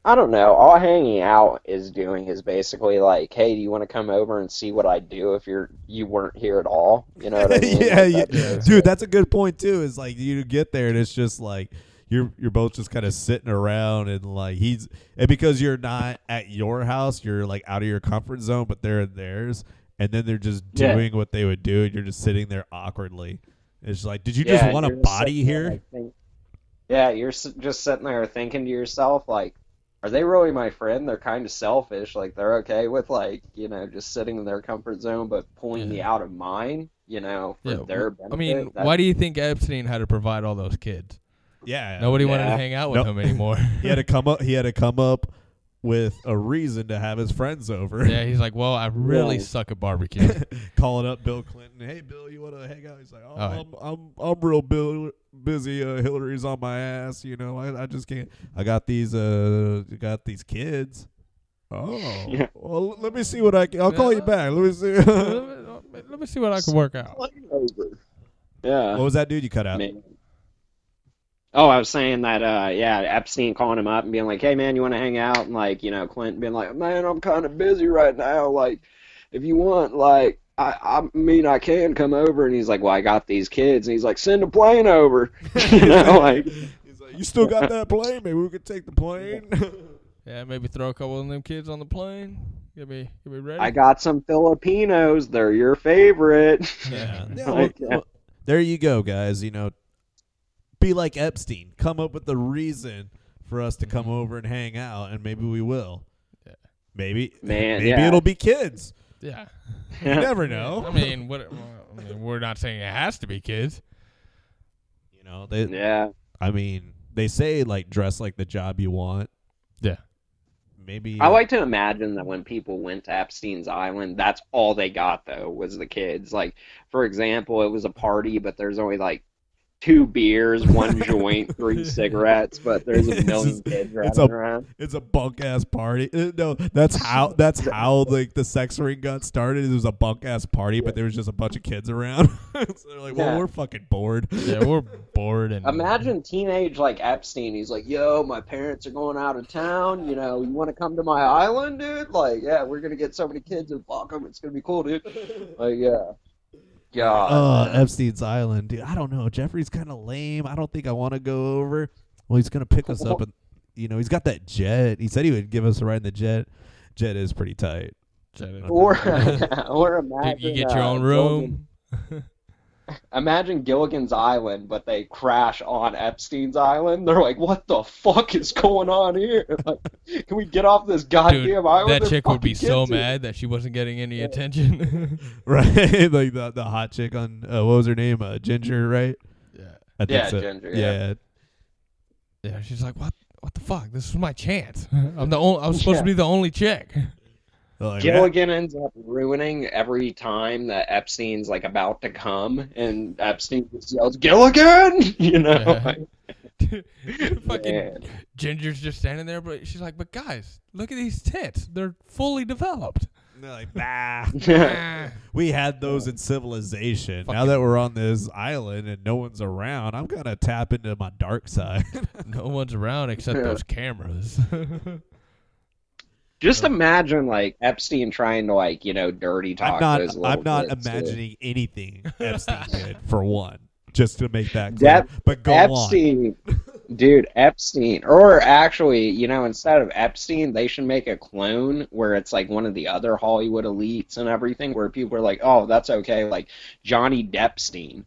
C: I don't know. All hanging out is doing is basically like, hey, do you want to come over and see what I do if you're you weren't here at all? You know what I mean?
A: yeah,
C: Like,
A: yeah.
C: that's-
A: dude, that's a good point too. Is like you get there and it's just like you're you're both just kind of sitting around and like he's and because you're not at your house, you're like out of your comfort zone, but they're in theirs, and then they're just
C: Yeah.
A: doing what they would do, and you're just sitting there awkwardly. It's just like, did you
C: Yeah,
A: just want a
C: you're
A: body
C: sitting there,
A: here?
C: like, think- yeah, you're s- just sitting there thinking to yourself, like, are they really my friend? They're kind of selfish. Like, they're okay with, like, you know, just sitting in their comfort zone, but pulling me out of mine, you know, for
B: Yeah,
C: their
B: I
C: benefit.
B: mean,
C: That-
B: why do you think Epstein had to provide all those kids?
A: Yeah.
B: Nobody wanted to
C: Yeah.
B: hang out with
A: Nope.
B: him anymore.
A: he had to come up. He had to come up with a reason to have his friends over.
B: yeah, he's like, well, I really
C: Whoa.
B: suck at barbecue.
A: Calling up Bill Clinton. Hey, Bill, you want to hang out? He's like, oh,
B: All right.
A: I'm, I'm, I'm real Bill, busy. Uh, Hillary's on my ass. You know, I, I just can't. I got these, uh, got these kids. Oh,
C: Yeah.
A: well, l- let me see what I can. I'll call you back. Let me see.
B: let, me, let me see what I can work out.
C: Over. Yeah.
A: what was that dude you cut out?
C: Man. Oh, I was saying that, uh, yeah, Epstein calling him up and being like, hey, man, you want to hang out? And, like, you know, Clinton being like, man, I'm kind of busy right now. Like, if you want, like, I, I mean, I can come over. And he's like, well, I got these kids. And he's like, send a plane over. you know, like,
A: He's like, you still got that plane? Maybe we could take the plane.
B: Yeah, maybe throw a couple of them kids on the plane. Get me, get me ready.
C: I got some Filipinos. They're your favorite.
B: Yeah.
A: Yeah, well,
C: Like, yeah.
A: well, there you go, guys. You know, be like Epstein. Come up with a reason for us to come over and hang out, and maybe we will.
B: Yeah.
A: Maybe,
C: Man,
A: maybe
C: yeah.
A: it'll be kids.
B: Yeah.
A: You never know.
B: I mean, what? I mean, we're not saying it has to be kids.
A: You know, they.
C: yeah.
A: I mean, they say like dress like the job you want.
B: Yeah.
A: Maybe
C: I like to imagine that when people went to Epstein's Island, that's all they got though was the kids. Like, for example, it was a party, but there's only like two beers, one joint, three cigarettes, but there's a
A: It's
C: million
A: just-
C: kids
A: it's
C: running
A: a-
C: around.
A: it's a bunk ass party. Uh, No, that's how that's how like the sex ring got started. It was a bunk ass party, but there was just a bunch of kids around. so they're like, well,
C: Yeah.
A: we're fucking bored.
B: Yeah, we're bored and
C: Imagine teenage like Epstein. He's like, "Yo, my parents are going out of town. You know, you want to come to my island, dude? Like, yeah, we're gonna get so many kids and fuck them. It's gonna be cool, dude. Like, yeah, God,
B: Uh,
A: Oh,
C: man.
A: Epstein's Island, dude. I don't know. Jeffrey's kind of lame. I don't think I want to go over. Well, he's gonna pick us up, and you know, he's got that jet. He said he would give us a ride in the jet. Jet is pretty tight.
C: or or imagine
B: Dude, you get your
C: uh,
B: own
C: Gilligan-
B: room.
C: Imagine Gilligan's Island, but they crash on Epstein's Island. They're like, "What the fuck is going on here? Like, can we get off this goddamn
B: Dude,
C: island?"
B: that
C: There's
B: chick would be
C: fucking
B: so
C: kids here."
B: mad that she wasn't getting any attention.
A: right? like the the hot chick on uh, what was her name? Uh, Ginger, right?
B: yeah.
A: I
C: Yeah,
A: so.
C: Ginger,
A: Yeah.
C: yeah.
B: Yeah, she's like, what? What the fuck? This was my chance. I'm the only. I was supposed to be
C: Yeah.
B: the only chick.
A: They're like, "Yeah."
C: Gilligan ends up ruining every time that Epstein's like about to come, and Epstein just yells, "Gilligan!" You know,
B: Yeah.
C: like,
B: Fucking
C: man.
B: Ginger's just standing there, but she's like, but guys, look at these tits. They're fully developed.
A: They're like, bah.
B: Ah.
A: We had those in civilization. Now that we're on this island and no one's around, I'm gonna tap into my dark side.
B: no one's around except those cameras.
C: Just imagine like Epstein trying to like you know dirty talk
A: I'm not.
C: those little
A: I'm not
C: kids, too.
A: imagining anything Epstein did for one. Just to make that clear.
C: Dep-
A: but go on.
C: Epstein, dude, Epstein, or actually, you know, instead of Epstein, they should make a clone where it's like one of the other Hollywood elites and everything, where people are like, "Oh, that's okay," like Johnny Deppstein.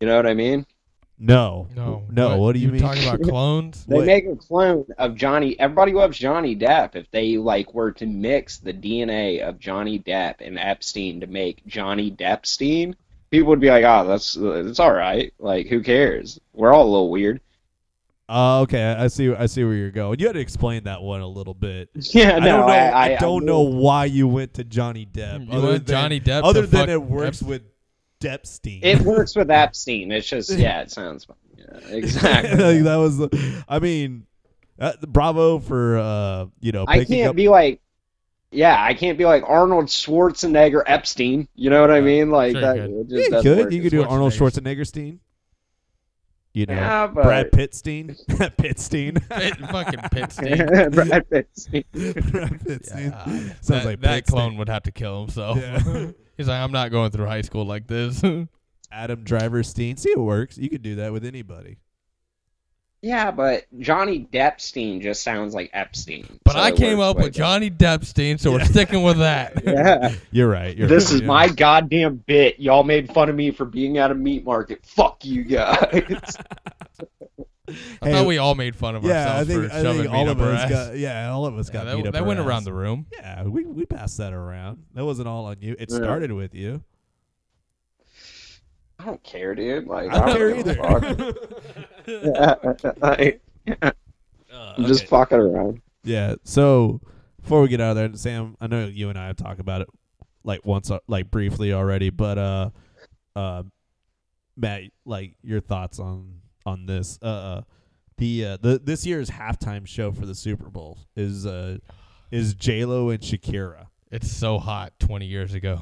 C: You know what I mean?
A: No.
B: no.
A: No. What, do you,
B: you
A: mean?
B: talking about clones?
C: They
A: What-
C: make a clone of Johnny. Everybody loves Johnny Depp. If they like were to mix the DNA of Johnny Depp and Epstein to make Johnny Deppstein, people would be like, "Oh, that's it's all right. Like, who cares? We're all a little weird."
A: Oh, okay. I I see. I see where you're going. You had to explain that one a little bit.
C: Yeah,
A: I don't
C: no,
A: know.
C: I, I,
A: don't
C: I-
A: know why you went to Johnny Depp.
B: You
A: other
B: want
A: than,
B: Johnny Depp to
A: Other than
B: fuck
A: it works
B: Epstein?
A: with Deppstein.
C: It works with Epstein. It's just yeah, it sounds fun. Yeah, exactly.
A: Like, that was. the- I mean, uh, bravo for uh, you know.
C: I
A: picking
C: can't
A: up,
C: be like, yeah, I can't be like Arnold Schwarzenegger Epstein. You know what I mean? Like
B: Sure you
C: that.
B: could.
C: It
A: Yeah,
C: just
A: you
C: doesn't
A: could.
C: work.
A: You could do Arnold
B: Schwarzenegger.
A: Schwarzenegger Steen. You know,
C: yeah, but
A: uh, Brad Pittstein. Pittstein.
B: Pit, fucking pit stink.
C: Brad Pitt.
A: Brad Pittstein.
B: Yeah,
A: Sounds
B: that,
A: like
B: that
A: Pittstein.
B: clone would have to kill himself.
A: Yeah.
B: He's like, I'm not going through high school like this.
A: Adam Driver Steen. See, it works. You could do that with anybody.
C: Yeah, but Johnny Deppstein just sounds like Epstein.
B: But
C: so
B: I
C: it
B: came
C: works
B: up with
C: better.
B: Johnny Deppstein, so we're sticking with that.
C: Yeah,
A: You're right. You're
C: this
A: right,
C: is
A: yeah.
C: my goddamn bit. Y'all made fun of me for being at a meat market. Fuck you guys.
B: I
D: Hey,
B: thought we all made fun of
D: yeah, I
B: ourselves
D: think
B: for
D: I
B: shoving
D: think
B: meat
D: all
B: up
D: of
B: our
D: us
B: ass.
D: got yeah, all of us
B: Yeah,
D: got
B: that
D: beat up.
B: that
D: our
B: went
D: ass.
B: around the room.
A: Yeah, we we passed that around. That wasn't all on you. It
C: Yeah.
A: started with you.
C: I don't care, dude. Like
D: I don't care
C: give a
D: either.
C: fuck. Like, I'm just fucking around.
A: Yeah. So before we get out of there, Sam, I know you and I have talked about it like once, uh, like briefly already, but uh, uh, Matt, like your thoughts on on this, uh, the uh, the this year's halftime show for the Super Bowl is uh is J Lo and Shakira,
B: It's so hot 20 years ago.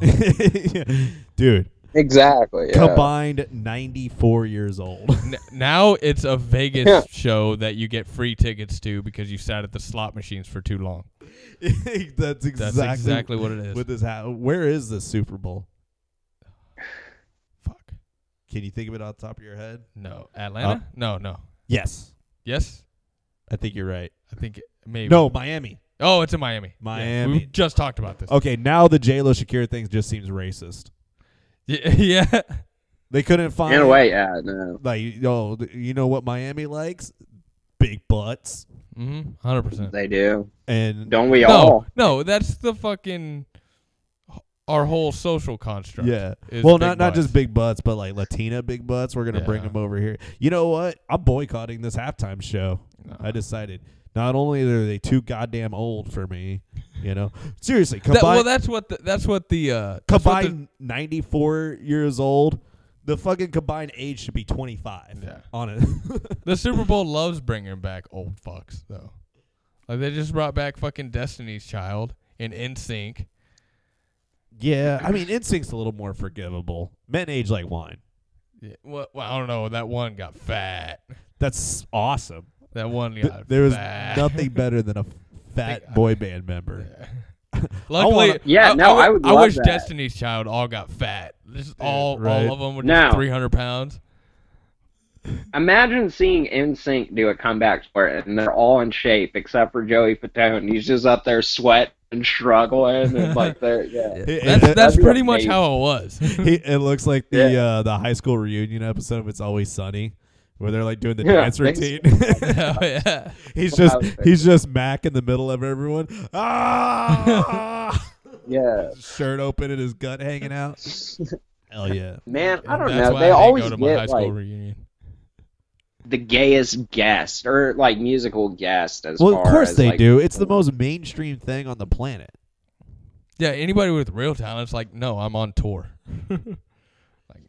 A: dude,
C: Exactly. Yeah.
A: combined ninety four years old.
B: N- now it's a Vegas
C: Yeah.
B: show that you get free tickets to because you sat at the slot machines for too long.
A: That's exactly
B: That's exactly what it is.
A: With this ha- where is the Super Bowl?
B: Fuck.
A: Can you think of it off the top of your head?
B: No. Atlanta? no, no.
A: Yes,
B: Yes?
A: I think you're right.
B: I think it, maybe.
A: No, Miami.
B: Oh, it's in Miami. Yeah,
A: Miami. Oh.
B: we just talked about this.
A: Okay, now the J Lo Shakira thing just seems racist.
B: Yeah. yeah.
A: They couldn't find
C: In a way, yeah. No.
A: Like, yo, you know what Miami likes? Big butts.
B: Mhm. 100%.
C: They do.
A: And
C: Don't we all?
B: No. No, that's the fucking our whole social construct.
A: yeah,
B: is
A: well,
B: big
A: not not
B: butts.
A: just big butts, but like Latina big butts. We're gonna bring
B: Yeah.
A: them over here. You know what? I'm boycotting this halftime show.
B: No.
A: I decided. Not only are they too goddamn old for me, you know. Seriously,
B: That-
A: combined,
B: well, that's what the, that's what the uh, that's what the-
A: combined 94 years old. The fucking combined age should be 25.
B: Yeah.
A: On it.
B: The Super Bowl loves bringing back old fucks, though. Like they just brought back fucking Destiny's Child and NSYNC.
A: yeah, I mean, instinct's a little more forgivable. Men age like wine.
B: Yeah, well, well, I don't know. That one got fat.
A: That's awesome.
B: That one
A: Th-
B: got
A: there was
B: fat.
A: nothing better than a fat
B: Think-
A: boy band member.
B: Luckily,
A: wanna-
C: Yeah, no, I would
B: I
C: love
B: wish
C: that.
B: Destiny's Child all got fat. Just all,
A: right.
B: all of them were
C: Now-
B: just three hundred pounds.
C: Imagine seeing NSYNC do a comeback for it, and they're all in shape except for Joey Fatone. He's just up there sweating and struggling, and like they're yeah.
A: It,
B: That's
A: it-
B: that's
C: be
B: pretty much
C: amazing.
B: how it was.
A: he- it looks like the uh, the high school reunion episode of It's Always Sunny, where they're like doing the
C: Yeah,
A: dance routine.
C: thanks.
B: Oh, yeah.
A: he's
C: Well, I
A: just
C: was thinking.
A: he's just Mac in the middle of everyone. Ah,
C: yeah.
A: shirt open and his gut hanging out. Hell yeah.
C: Man, I
B: And
C: don't
B: that's
C: know.
B: why
C: They
B: I didn't
C: always
B: go to my high
C: get
B: school
C: like
B: reunion.
C: the gayest guest or like musical guest as
A: Well,
C: far
A: of course
C: as,
A: they
C: like,
A: do. It's the most mainstream thing on the planet.
B: Yeah, anybody with real talent's like, no, I'm on tour. like,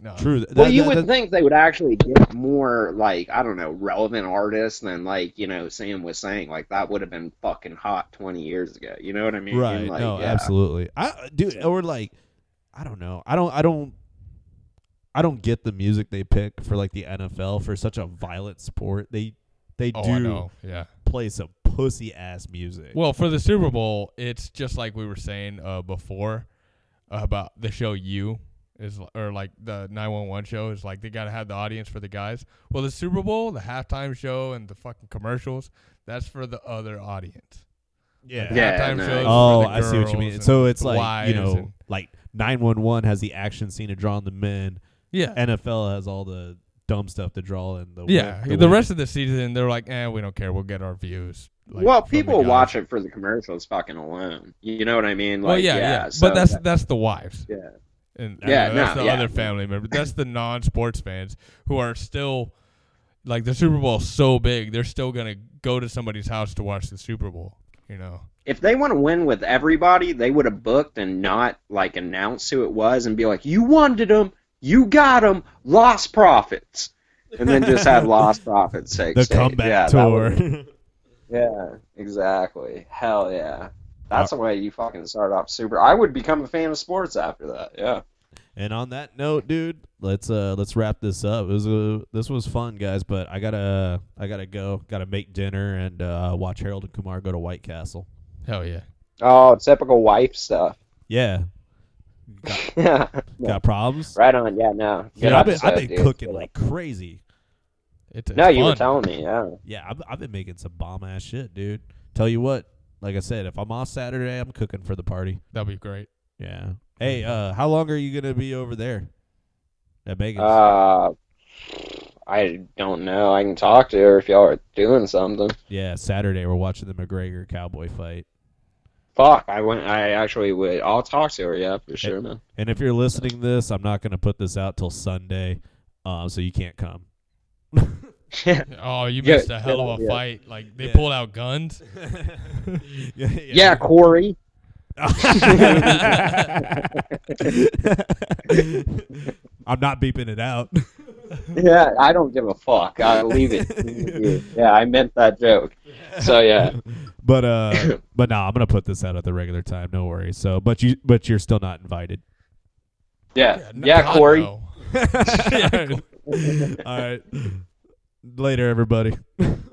B: no,
A: True.
C: Well, you would think they would actually get more like I don't know relevant artists than like you know Sam was saying like that would have been fucking hot twenty years ago. You know what I mean?
A: right?
C: Like,
A: no,
C: yeah.
A: absolutely. I dude, or like, I don't know. I don't. I don't. I don't get the music they pick for like the NFL for such a violent sport. They they
B: Oh, I
A: do
B: know. Yeah.
A: play some pussy ass music.
B: Well, for the Super Bowl, it's just like we were saying uh, before about the show you is or like the 911 show is like they got to have the audience for the guys. Well, the Super Bowl, the halftime show and the fucking commercials, that's for the other audience.
A: yeah.
B: The
C: Yeah,
B: halftime
C: no.
B: shows
A: Oh,
B: for the
A: I see what you
B: girls
A: mean.
B: and
A: So it's
B: the
A: like you
B: wives
A: know,
B: and-
A: like nine one one has the action scene to draw on the men.
B: yeah.
A: eh, NFL has all the dumb stuff to draw in the
B: yeah,
A: wo-
B: the,
A: women.
B: rest of the season they're like, "Eh, we don't care. We'll get our views." Like,
C: well,
B: from the
C: people
B: guys.
C: watch it for the commercials fucking alone. You know what I mean? Like,
B: well, yeah, yeah,
C: so-
B: but that's that's the wives.
C: Yeah.
B: and
C: Yeah,
B: yeah, that's
C: no,
B: the
C: yeah.
B: other family member. That's the non-sports fans who are still like the Super Bowl is so big, they're still gonna go to somebody's house to watch the Super Bowl. You know,
C: if they want to win with everybody, they would have booked and not like announced who it was and be like, "You wanted them, you got them, lost profits," and then just have lost profits take
A: the
C: stage.
A: comeback
C: yeah, that
A: tour.
C: would- Yeah, exactly. Hell
A: Uh,
C: yeah. That's the way you fucking start off super. I would become a fan of sports after that. Yeah.
A: And on that note, dude, let's uh let's wrap this up. It was a, this was fun, guys, but I gotta I gotta go, gotta make dinner and uh, watch Harold and Kumar go to White Castle.
B: hell yeah.
C: Oh, typical wife stuff.
A: Yeah,
C: Yeah.
A: got problems.
C: Right on. Yeah, no.
A: Dude,
C: Good
A: I've been,
C: episode,
A: I've been
C: dude.
A: cooking like crazy.
B: It's, it's
C: no, you were
B: fun.
C: telling me. Yeah.
A: Yeah, I've, I've been making some bomb ass shit, dude. Tell you what, like I said, if I'm off Saturday, I'm cooking for the party.
B: That'd be great.
A: Yeah. Hey, uh, how long are you gonna be over there at Megan's?
C: Uh, I don't know. I can talk to her if y'all are doing something.
A: yeah, Saturday we're watching the McGregor Cowboy fight.
C: Fuck, I went. I actually would. I'll talk to her. Yeah, for sure, man.
A: And if you're listening to this, I'm not gonna put this out till Sunday, um, so you can't come.
C: yeah,
B: Oh, you
C: Yeah,
B: missed a hell of a
C: yeah.
B: fight. Like they
A: Yeah.
B: pulled out guns.
A: yeah.
C: Corey.
A: I'm not beeping it out.
C: Yeah, I don't give a fuck. I leave it. Leave it here. yeah, I meant that joke. So yeah,
A: But uh but no, I'm gonna put this out at the regular time, no worries. So but you but you're still not invited.
C: yeah,
B: no-
C: yeah,
B: God,
C: Corey.
B: no.
A: All right. Later everybody.